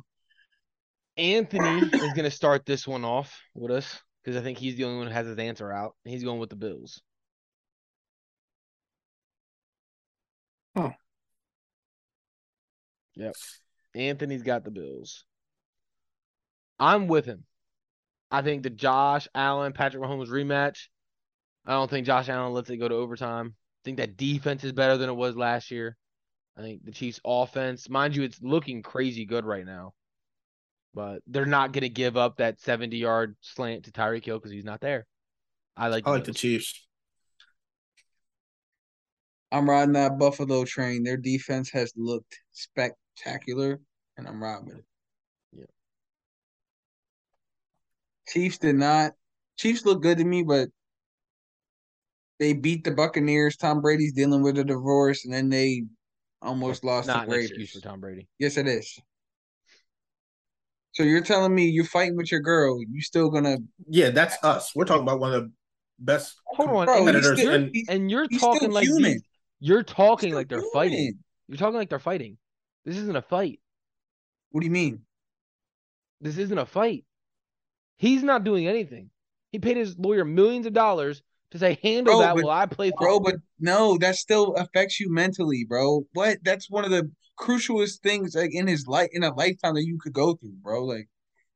B: Anthony is gonna start this one off with us because I think he's the only one who has his answer out. He's going with the Bills.
A: Huh.
B: Yep. Anthony's got the Bills. I'm with him. I think the Josh Allen Patrick Mahomes rematch. I don't think Josh Allen lets it go to overtime. I think that defense is better than it was last year. I think the Chiefs' offense, mind you, it's looking crazy good right now but they're not going to give up that 70 yard slant to Tyreek Hill because he's not there. I like,
A: I like the
B: Bills.
A: Chiefs.
C: I'm riding that Buffalo train. Their defense has looked spectacular, and I'm riding with it.
B: Yeah.
C: Chiefs did not. Chiefs look good to me, but they beat the Buccaneers. Tom Brady's dealing with a divorce, and then they almost
B: That's
C: lost to
B: Not an
C: Raiders.
B: excuse for Tom Brady.
C: Yes, it is. So you're telling me you're fighting with your girl? You still gonna?
A: Yeah, that's us. We're talking about one of the best.
B: Hold on, and,
C: Bro, he's
A: competitors
B: you're,
C: still,
A: in-
C: he's
B: and you're
C: he's
B: talking
C: still
B: like
C: human.
B: these- you're talking
C: still
B: like they're
C: human.
B: fighting. You're talking like they're fighting. This isn't a fight.
C: What do you mean?
B: This isn't a fight. He's not doing anything. He paid his lawyer millions of dollars to say handle
C: Bro,
B: that
C: but-
B: while I play.
C: bro
B: football."
C: but no that still affects you mentally bro what that's one of the crucialest things like in his life in a lifetime that you could go through bro like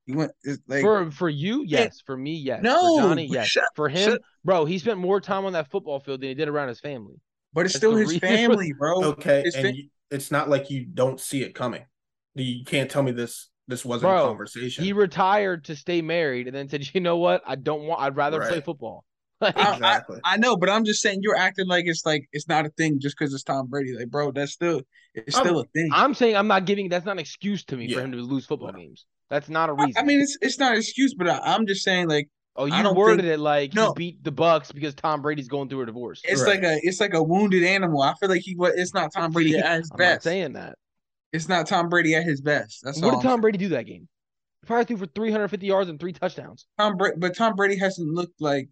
C: you went it's like
B: for for you, yes. For me, yes.
C: No,
B: for Johnny, yes.
C: shut-
B: for him,
C: shut-
B: bro, he spent more time on that football field than he did around his family.
C: but it's
B: that's
C: still
B: the
C: his
B: reason-
C: family bro
A: Okay,
C: It's fa-
A: and you, it's not like you don't see it coming. You can't tell me this this wasn't
B: Bro,
A: a conversation.
B: He retired to stay married and then said, "You know what? I don't want. I'd rather play
A: Right.
B: football." Like,
C: I-
A: exactly.
C: i know but i'm just saying you're acting like it's like it's not a thing just because it's tom brady like bro that's still it's
A: I'm-
C: still a thing
B: I'm saying I'm not giving. That's not an excuse to me for
A: Yeah.
B: him to lose football
A: No.
B: games. That's not a
C: I-
B: reason.
C: I mean, it's it's not an excuse, but I, I'm just saying, like,
B: oh,
C: I
B: you
C: don't
B: worded
C: think-
B: it like
C: No.
B: he beat the Bucks because Tom Brady's going through a divorce.
C: it's
A: Right.
C: like a it's like a wounded animal. I feel like he was. It's not Tom Brady at his
B: I'm not
C: best.
B: saying that.
C: It's not Tom Brady at his best. That's
B: what
C: all.
B: did
C: I'm
B: Tom Brady do that game? He probably threw for 350 yards and three touchdowns.
C: Tom Brady, but Tom Brady hasn't looked like.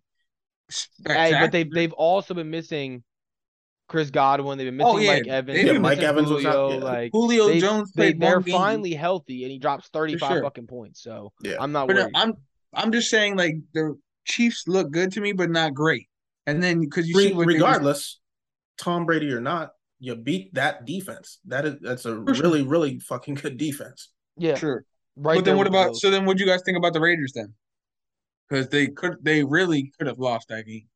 B: Hey, but they've
C: spectacular.
B: they've also been missing Chris Godwin. Theyey've been missing
C: Oh, yeah.
B: Mike Evans.
C: They've
B: they've
C: been
B: been
A: Mike
B: missing
A: Evans was out,
B: Julio.
A: yeah.
B: Like
C: Julio
B: they,
C: Jones
B: they,
C: played
B: they're
C: one game.
B: finally healthy, and he drops 35
C: sure.
B: fucking points. So
A: Yeah.
B: I'm not
C: But no,
B: worried.
C: I'm I'm just saying like the Chiefs look good to me, but not great. And then because you see
A: Re-
C: what they was-
A: regardless, Tom Brady or not, you beat that defense. That is that's a
C: For sure.
A: really really fucking good defense.
B: yeah,
C: sure.
B: right.
C: but
B: there
C: then what
B: with the
C: about
B: Bills.
C: so then what do you guys think about the Raiders then? Because they could they really could have lost that game.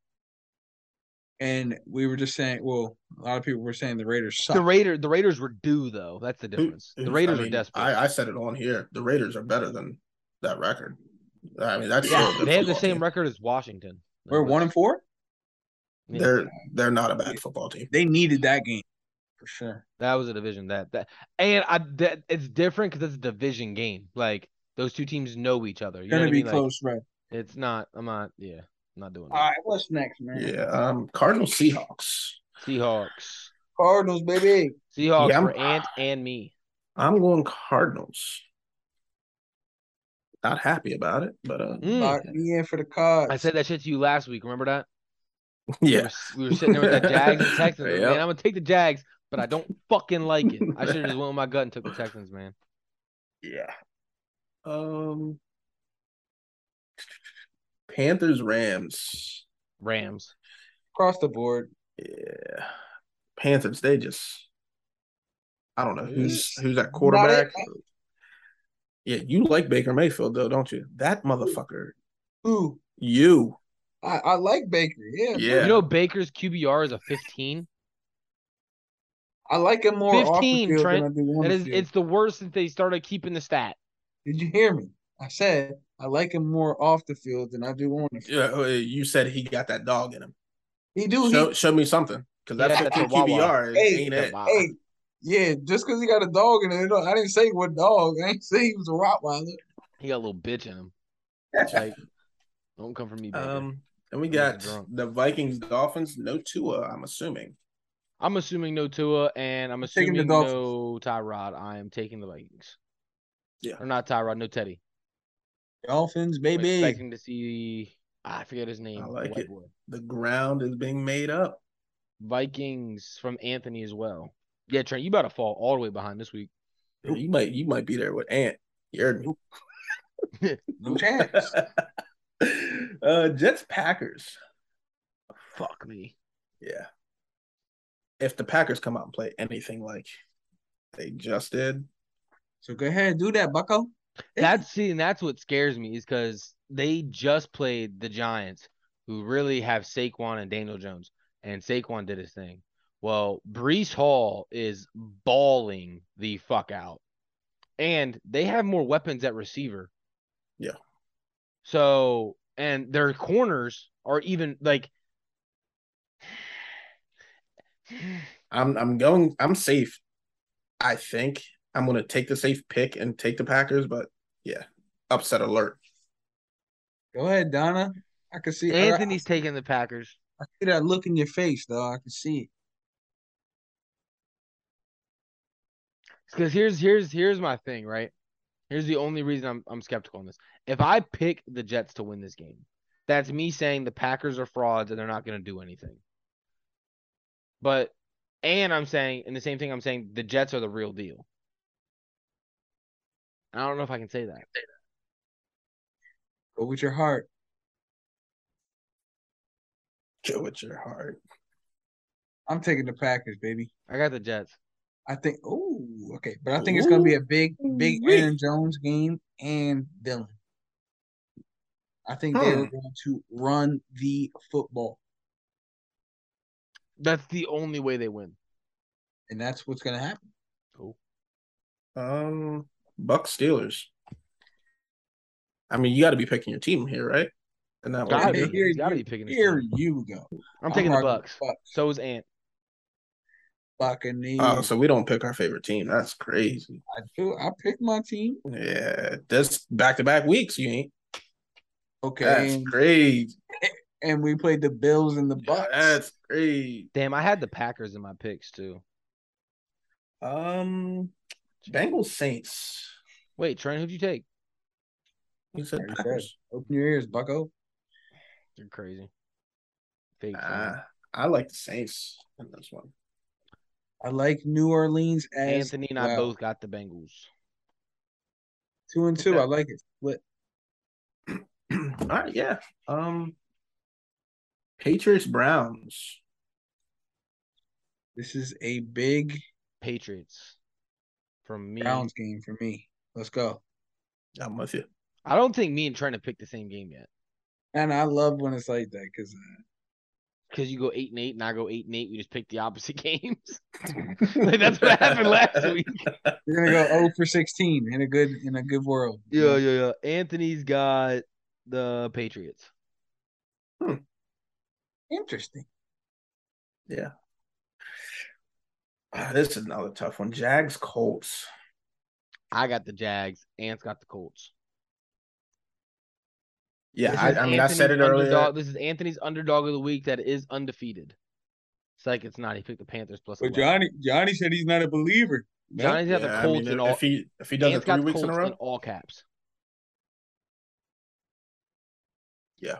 C: And we were just saying, well, a lot of people were saying the Raiders suck.
B: The Raider, the Raiders were due though. That's the
A: Who-
B: difference.
A: who's-
B: The
A: I
B: Raiders
A: mean,
B: are desperate.
A: I, I said it on here. The Raiders are better than that record. I mean, that's still a good
B: they have the
A: football
B: same
A: team.
B: record as Washington. Like,
C: We're
B: let's-
C: one and four.
B: yeah,
A: They're they're not a bad football team.
C: They needed that game for sure.
B: that was a division that that and I that it's different because it's a division game. Like those two teams know each other. You know
C: Gonna
B: what I
C: be
B: mean? Like,
C: close, right?
B: it's not. I'm not. Yeah, I'm not doing
C: All
B: that.
C: right, what's next, man?
A: Yeah, um, Cardinal Seahawks.
B: Seahawks.
C: Cardinals, baby.
B: Seahawks
A: Yeah, I'm-
B: for Ant and me.
A: I'm going Cardinals. Not happy about it, but uh, <laughs>
B: Mm.
C: Lock me in for the card.
B: I said that shit to you last week. Remember that? We were,
A: yeah,
B: s- we were sitting there
A: <laughs>
B: with the Jags and Texans.
A: Yep.
B: Man, I'm gonna take the Jags, but I don't fucking like it. I should
A: <laughs>
B: have just went with my gut and took the Texans, man.
A: yeah. Um, Panthers Rams.
B: Rams.
C: Across the board.
A: Yeah, Panthers. They just, I don't know who's
C: It's
A: who's that
C: not
A: quarterback.
C: it.
A: Yeah, you like Baker Mayfield though, don't you? That motherfucker.
C: Ooh,
A: You.
C: I, I like Baker. Yeah.
A: Yeah.
B: You know Baker's QBR is a 15.
C: I like him more off the
B: 15,
C: field
B: Trent.
C: than I do on
B: That
C: the
B: is,
C: field.
B: it's the worst since they started keeping the stat.
C: Did you hear me? I said I like him more off the field than I do on the field.
A: Yeah, uh, you said he got that dog in him.
C: He do.
A: show,
C: he,
A: show me something, because that's
B: Yeah, that's a
A: fifteen
B: Wawa.
A: QBR is-
C: Hey,
A: ain't it?
B: Wow.
C: hey, yeah, just because he got a dog in it, I didn't say what dog. I didn't <laughs> say he was a Rottweiler.
B: He got a little bitch in him. It's like, don't come for me, Baker.
A: Um, and we
B: I'm not
A: got
B: drunk.
A: the Vikings, Dolphins. No Tua, I'm assuming.
B: I'm assuming no Tua, and I'm
C: taking
B: assuming
C: the
B: no Tyrod. I am taking the Vikings.
A: Yeah.
B: Or not Tyrod, no Teddy.
C: Dolphins,
B: I'm
C: baby.
B: expecting to see. ah, I forget his name.
A: I
B: the
A: like
B: white
A: it.
B: boy.
A: The ground is being made up.
B: Vikings from Anthony as well. Yeah, Trent, you about to fall all the way behind this week.
A: Yeah, You might you might be there with Ant. You heard <laughs> me.
C: No chance.
A: uh, Jets Packers.
B: Fuck me.
A: Yeah. If the Packers come out and play anything like they just did,
C: so go ahead, do that, Bucko.
B: That's see, and that's what scares me is because they just played the Giants, who really have Saquon and Daniel Jones, and Saquon did his thing. Well, Brees Hall is bawling the fuck out, and they have more weapons at receiver.
A: Yeah.
B: So, and their corners are even like. <sighs>
A: I'm I'm going I'm safe. I think I'm gonna take the safe pick and take the Packers, but yeah, upset alert.
C: Go ahead, Donna. I can see I-
B: Anthony's taking the Packers.
C: I see that look in your face, though. I can see it.
B: Because here's here's here's my thing, right? Here's the only reason I'm I'm skeptical on this. If I pick the Jets to win this game, that's me saying the Packers are frauds and they're not going to do anything. But and I'm saying and the same thing I'm saying the Jets are the real deal. I don't know if I can say that.
C: Go with your heart.
A: Joe with your heart.
C: I'm taking the Packers, baby.
B: I got the Jets.
C: I think. Oh, okay, but I think it's gonna be a big, big
A: Ooh-wee.
C: Aaron Jones game and Dylan. I think they are
A: Hmm.
C: going to run the football,
B: That's the only way they win.
C: and that's what's gonna happen.
B: Cool.
A: Um Buck Steelers. I mean, you gotta be picking your team here, right? And that
B: Gotta
A: one.
B: be.
C: Here
B: He's gotta
C: Oh, you-
B: be picking his
C: Here
B: team.
C: you go.
B: I'm taking the
C: rocking with
B: Bucks. So is Ant.
C: Buccaneers.
A: Oh, so we don't pick our favorite team. That's crazy.
C: I do. I picked my team.
A: Yeah, that's back to back weeks. You ain't.
C: Okay, and,
A: That's crazy.
C: and we played the Bills and the Bucks.
A: That's crazy.
B: Damn, I had the Packers in my picks too.
A: Um, Bengals Saints.
B: Wait, Trent, who'd you take?
A: You said
C: Already
A: Packers.
C: Open your ears, Bucko.
B: You're crazy. Fake. fan.
A: Uh, I like the Saints in this one. <clears throat>
C: I like New Orleans as
B: Anthony and I
C: well.
B: both got the Bengals.
C: two and two.
A: Yeah.
C: I like it. Split.
A: All right, yeah. Um, Patriots Browns.
C: This is a big
B: Patriots. From me,
C: Browns game for me. Let's go.
A: I'm with you.
B: I don't think me and Trent have picked the same game yet.
C: And I love when it's like that uh, because
B: Because you go eight and eight, and I go eight and eight. We just pick the opposite <laughs> games. like <laughs> that's what happened
A: <laughs>
B: last week.
C: you're gonna go 0 for 16 in a good in a good world.
B: Yeah, yeah, yeah. Anthony's got the Patriots.
C: Interesting.
A: Yeah. Ah, this is another tough one. Jags Colts.
B: I got the Jags. Ant's got the Colts.
A: Yeah,
B: This
A: I,
B: is
A: I mean, I said it
B: Anthony's
A: earlier.
B: underdog- This is Anthony's underdog of the week that is undefeated. It's like it's not. He picked the Panthers plus. 11.
C: Johnny said he's not a believer.
B: Johnny's got
A: Yeah,
B: the
A: I
B: Colts
A: mean, if
B: in all.
A: he if he does
B: Ant's
A: it three
B: got the
A: weeks in
B: Colts
A: a
B: in
A: row,
B: all caps.
A: Yeah,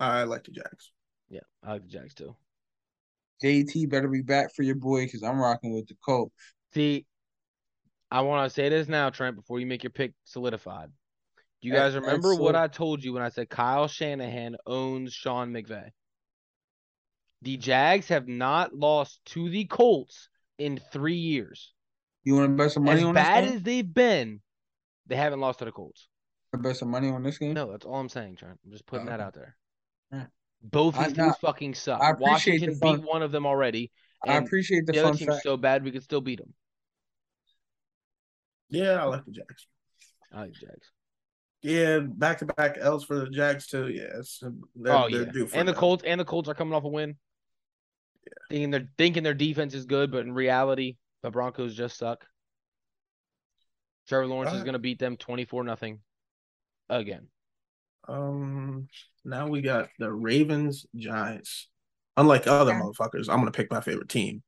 A: I like the Jags.
B: Yeah, I like the Jags too.
C: JT better be back for your boy because I'm rocking with the Colts.
B: See, I want to say this now, Trent, before you make your pick solidified. Do you
C: That-
B: guys
C: that's
B: remember what
C: so-
B: I told you when I said Kyle Shanahan owns Sean McVay? The Jags have not lost to the Colts in three years.
C: You want to bet some money
B: as
C: on
B: bad
C: this game?
B: as they've been, they haven't lost to the Colts.
C: Wanna bet some money on this game.
B: No, that's all I'm saying, Trent. I'm just putting
C: Oh,
B: that
C: okay.
B: out there.
C: Yeah.
B: Both
C: I-
B: these
C: no,
B: teams fucking suck.
C: I appreciate the
B: Washington
C: fun-
B: beat one of them already.
C: I
B: and
C: appreciate the
B: The other
C: fun
B: team's
C: fact.
B: so bad we could still beat them.
A: Yeah, I like the Jags.
B: I like the Jags.
A: Yeah, back to back L's for the Jags too. Yeah, it's, they're,
B: oh
A: they're
B: yeah,
A: due for
B: and the
A: that.
B: Colts and the Colts are coming off a win. Thinking they're thinking their defense is good, but in reality, the Broncos just suck. Trevor Lawrence is
A: Alright.
B: going to beat them twenty four nothing again.
A: Um, now we got the Ravens Giants. Unlike other
C: Yeah.
A: motherfuckers, I'm gonna pick my favorite team.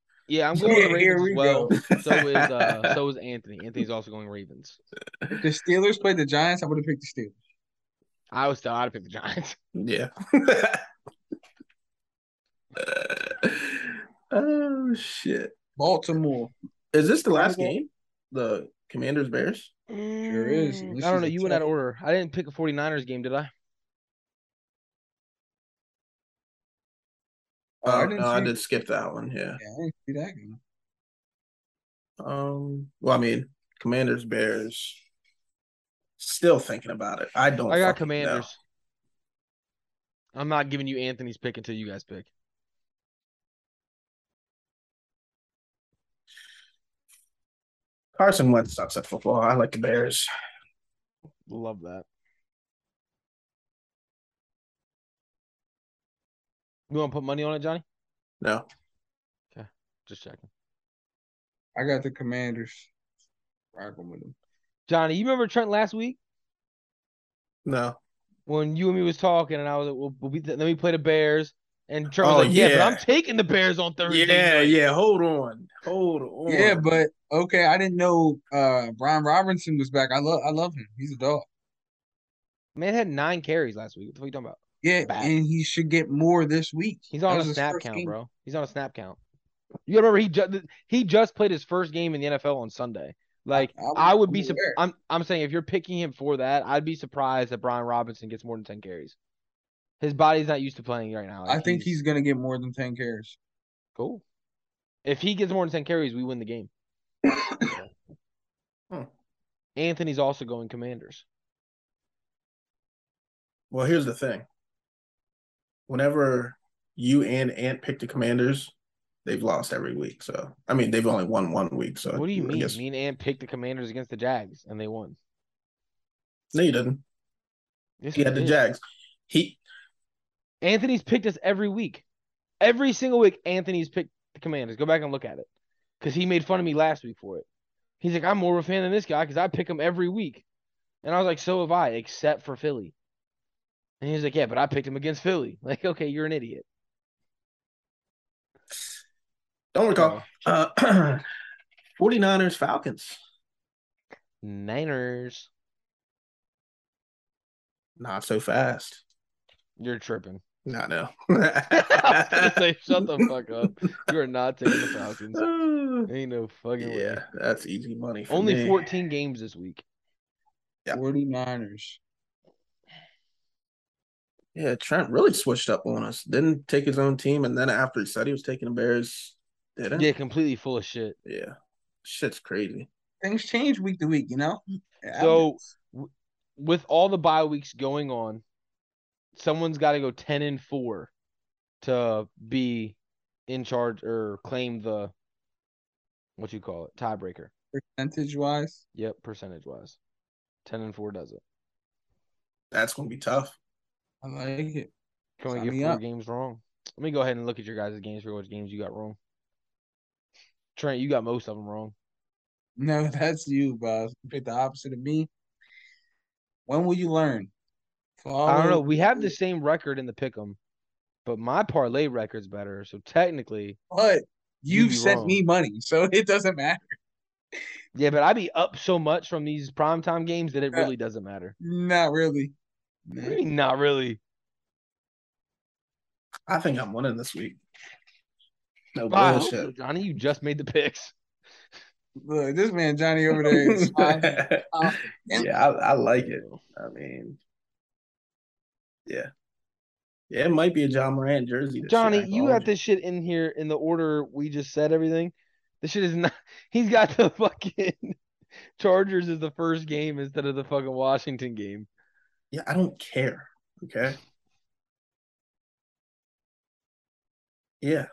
A: <laughs>
B: Yeah, I'm going
C: Yeah,
B: to
C: here
B: Ravens
C: we
B: as well. so is uh, so is Anthony. Anthony's also going Ravens.
C: The Steelers played the Giants. I would have picked the Steelers.
B: I was still out to pick the Giants.
A: Yeah. <laughs> Uh, oh shit!
C: Baltimore.
A: Is this the last
C: Well-
A: game? The Commanders Bears.
B: Sure
C: is.
B: I
A: Mm.
C: This
B: don't
C: is
B: know.
C: a
B: You went out of
C: tough-
B: order. I didn't pick a 49ers game, did I?
C: Oh,
A: Oh,
C: I didn't
A: no, I
C: see-
A: did skip that one. Yeah.
C: Yeah, I didn't see that game.
A: Um. Well, I mean, Commanders Bears. Still thinking about Oh, it. I don't.
B: I got
A: fucking know.
B: Commanders. I'm not giving you Anthony's pick until you guys pick.
A: Carson Wentz stops at football. I like the Bears.
B: Love that. You want to put money on it, Johnny?
A: No.
B: Just checking.
C: I got the Commanders. Rocking with them.
B: Johnny, you remember Trent last week
A: No.
B: when you and me was talking, and I was like, "Well, we'll be then we play the Bears," and Trent was
A: Oh,
B: like, yeah. but
A: yeah.
B: I'm taking the Bears on Thursday."
A: Yeah,
B: night."
A: yeah. Hold on. Hold on.
C: Yeah, but okay, I didn't know uh Brian Robinson was back. I love I love him. He's a dog.
B: Man had nine carries last week. What the fuck you talking about?
C: Yeah,
B: Back.
C: and he should get more this week.
B: He's
C: That
B: on
C: was
B: a
C: his
B: snap
C: first
B: count,
C: game.
B: bro. He's on a snap count. You gotta remember he just he just played his first game in the NFL on Sunday. Like
C: I'm-
B: I, would be,
C: I'm
B: sup-
C: aware.
B: I'm I'm saying if you're picking him for that, I'd be surprised that Brian Robinson gets more than ten carries. His body's not used to playing right now.
C: I
B: Like,
C: think he's gonna get more than ten carries.
B: cool. If he gets more than ten carries, we win the game.
C: <coughs>
A: Hmm.
B: Anthony's also going Commanders.
A: Well, here's the thing. Whenever you and Ant pick the Commanders, they've lost every week. So I mean, they've only won one week. So
B: What do you
A: I
B: mean?
A: guess-
B: Me and Ant picked the Commanders against the Jags and they won.
A: no, you didn't.
B: Yes,
A: He
B: we
A: had the
B: did.
A: Jags. He
B: Anthony's picked us every week. Every single week, Anthony's picked the Commanders. Go back and look at it. Because he made fun of me last week for it. He's like, I'm more of a fan than this guy because I pick him every week. And I was like, so have I, except for Philly. And he was like, yeah, but I picked him against Philly. <laughs> Like, okay, you're an idiot.
A: don't recall.
B: So,
A: Uh, <clears throat> 49ers Falcons.
B: Niners,
A: Not so fast. <laughs>
B: you're tripping. <laughs>
A: Not no.
B: I was gonna say, shut the fuck up. You are not taking the
A: <laughs>
B: Falcons.
A: Uh,
B: Ain't no fucking way.
A: yeah, that's easy money. For
B: Only
A: me.
B: 14 games this week.
A: Yeah.
C: 49ers.
A: Yeah, Trent really switched up on us. Didn't take his own team, and then after he said he was taking the Bears, didn't.
B: Yeah, completely full of shit.
A: Yeah. Shit's crazy.
C: Things change week to week, you know? Yeah,
B: So w- with all the bye weeks going on, someone's got to go 10 and 4 to be in charge or claim the what you call it, tiebreaker.
C: percentage wise.
B: Yep, percentage wise. 10 and 4 does it.
A: That's gonna be tough.
C: I like it. <laughs>
B: Can only
C: Sign
B: get
C: me
B: four
C: up.
B: games wrong. Let me go ahead and look at your guys' games for which games you got wrong. Trent, you got most of them wrong.
C: No, that's you, Bob. You picked the opposite of me. When will you learn?
B: I don't know.
C: Follow-
B: We have the same record in the pick 'em, but my parlay record's better. So technically,
C: But
B: You'd
C: you've
B: be
C: sent
B: wrong.
C: me money, <laughs> so it doesn't matter.
B: yeah, but I be up so much from these primetime games that it
C: Yeah.
B: really doesn't matter.
C: Not really. Nah.
B: Really? Not really.
A: I think I'm winning this week. No
B: Well, I hope so,
A: bullshit.
B: Johnny, you just made the picks.
C: Look, this man Johnny over
A: <laughs>
C: there is high. And-
A: yeah, I, I like it. I mean, yeah, yeah, it might be a John Moran jersey. this year, I
B: Johnny,
A: ain't
B: you
A: gonna
B: got
A: hold you.
B: this shit in here in the order we just said everything. This shit is not. <laughs> He's got the fucking <laughs> Chargers is the first game instead of the fucking Washington game.
A: Yeah, I don't care. Okay. Yeah.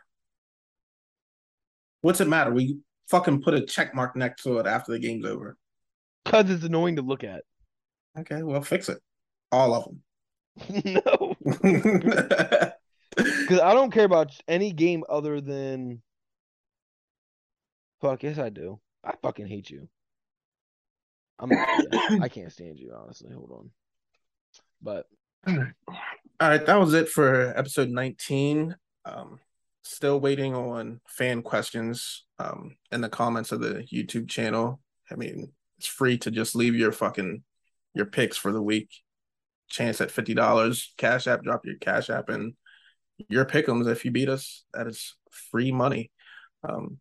A: What's it matter? We fucking put a check mark next to it after the game's over.
B: Cause it's annoying to look at. <laughs>
A: Okay, well, fix it. All of
B: no,
A: them. <laughs>
B: because I don't care about any game other than. Fuck yes, I do. I fucking hate you. I'm. Not, I can't stand you, honestly. Hold on. But
A: All right, that was it for episode 19. Um, still waiting on fan questions um, in the comments of the YouTube channel. I mean, it's free to just leave your fucking your picks for the week. Chance at fifty dollars. Cash app, drop your cash app and your pickums if you beat us. That is free money. Um,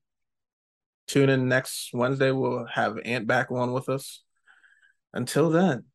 A: tune in next Wednesday. We'll have Ant back on with us. Until then.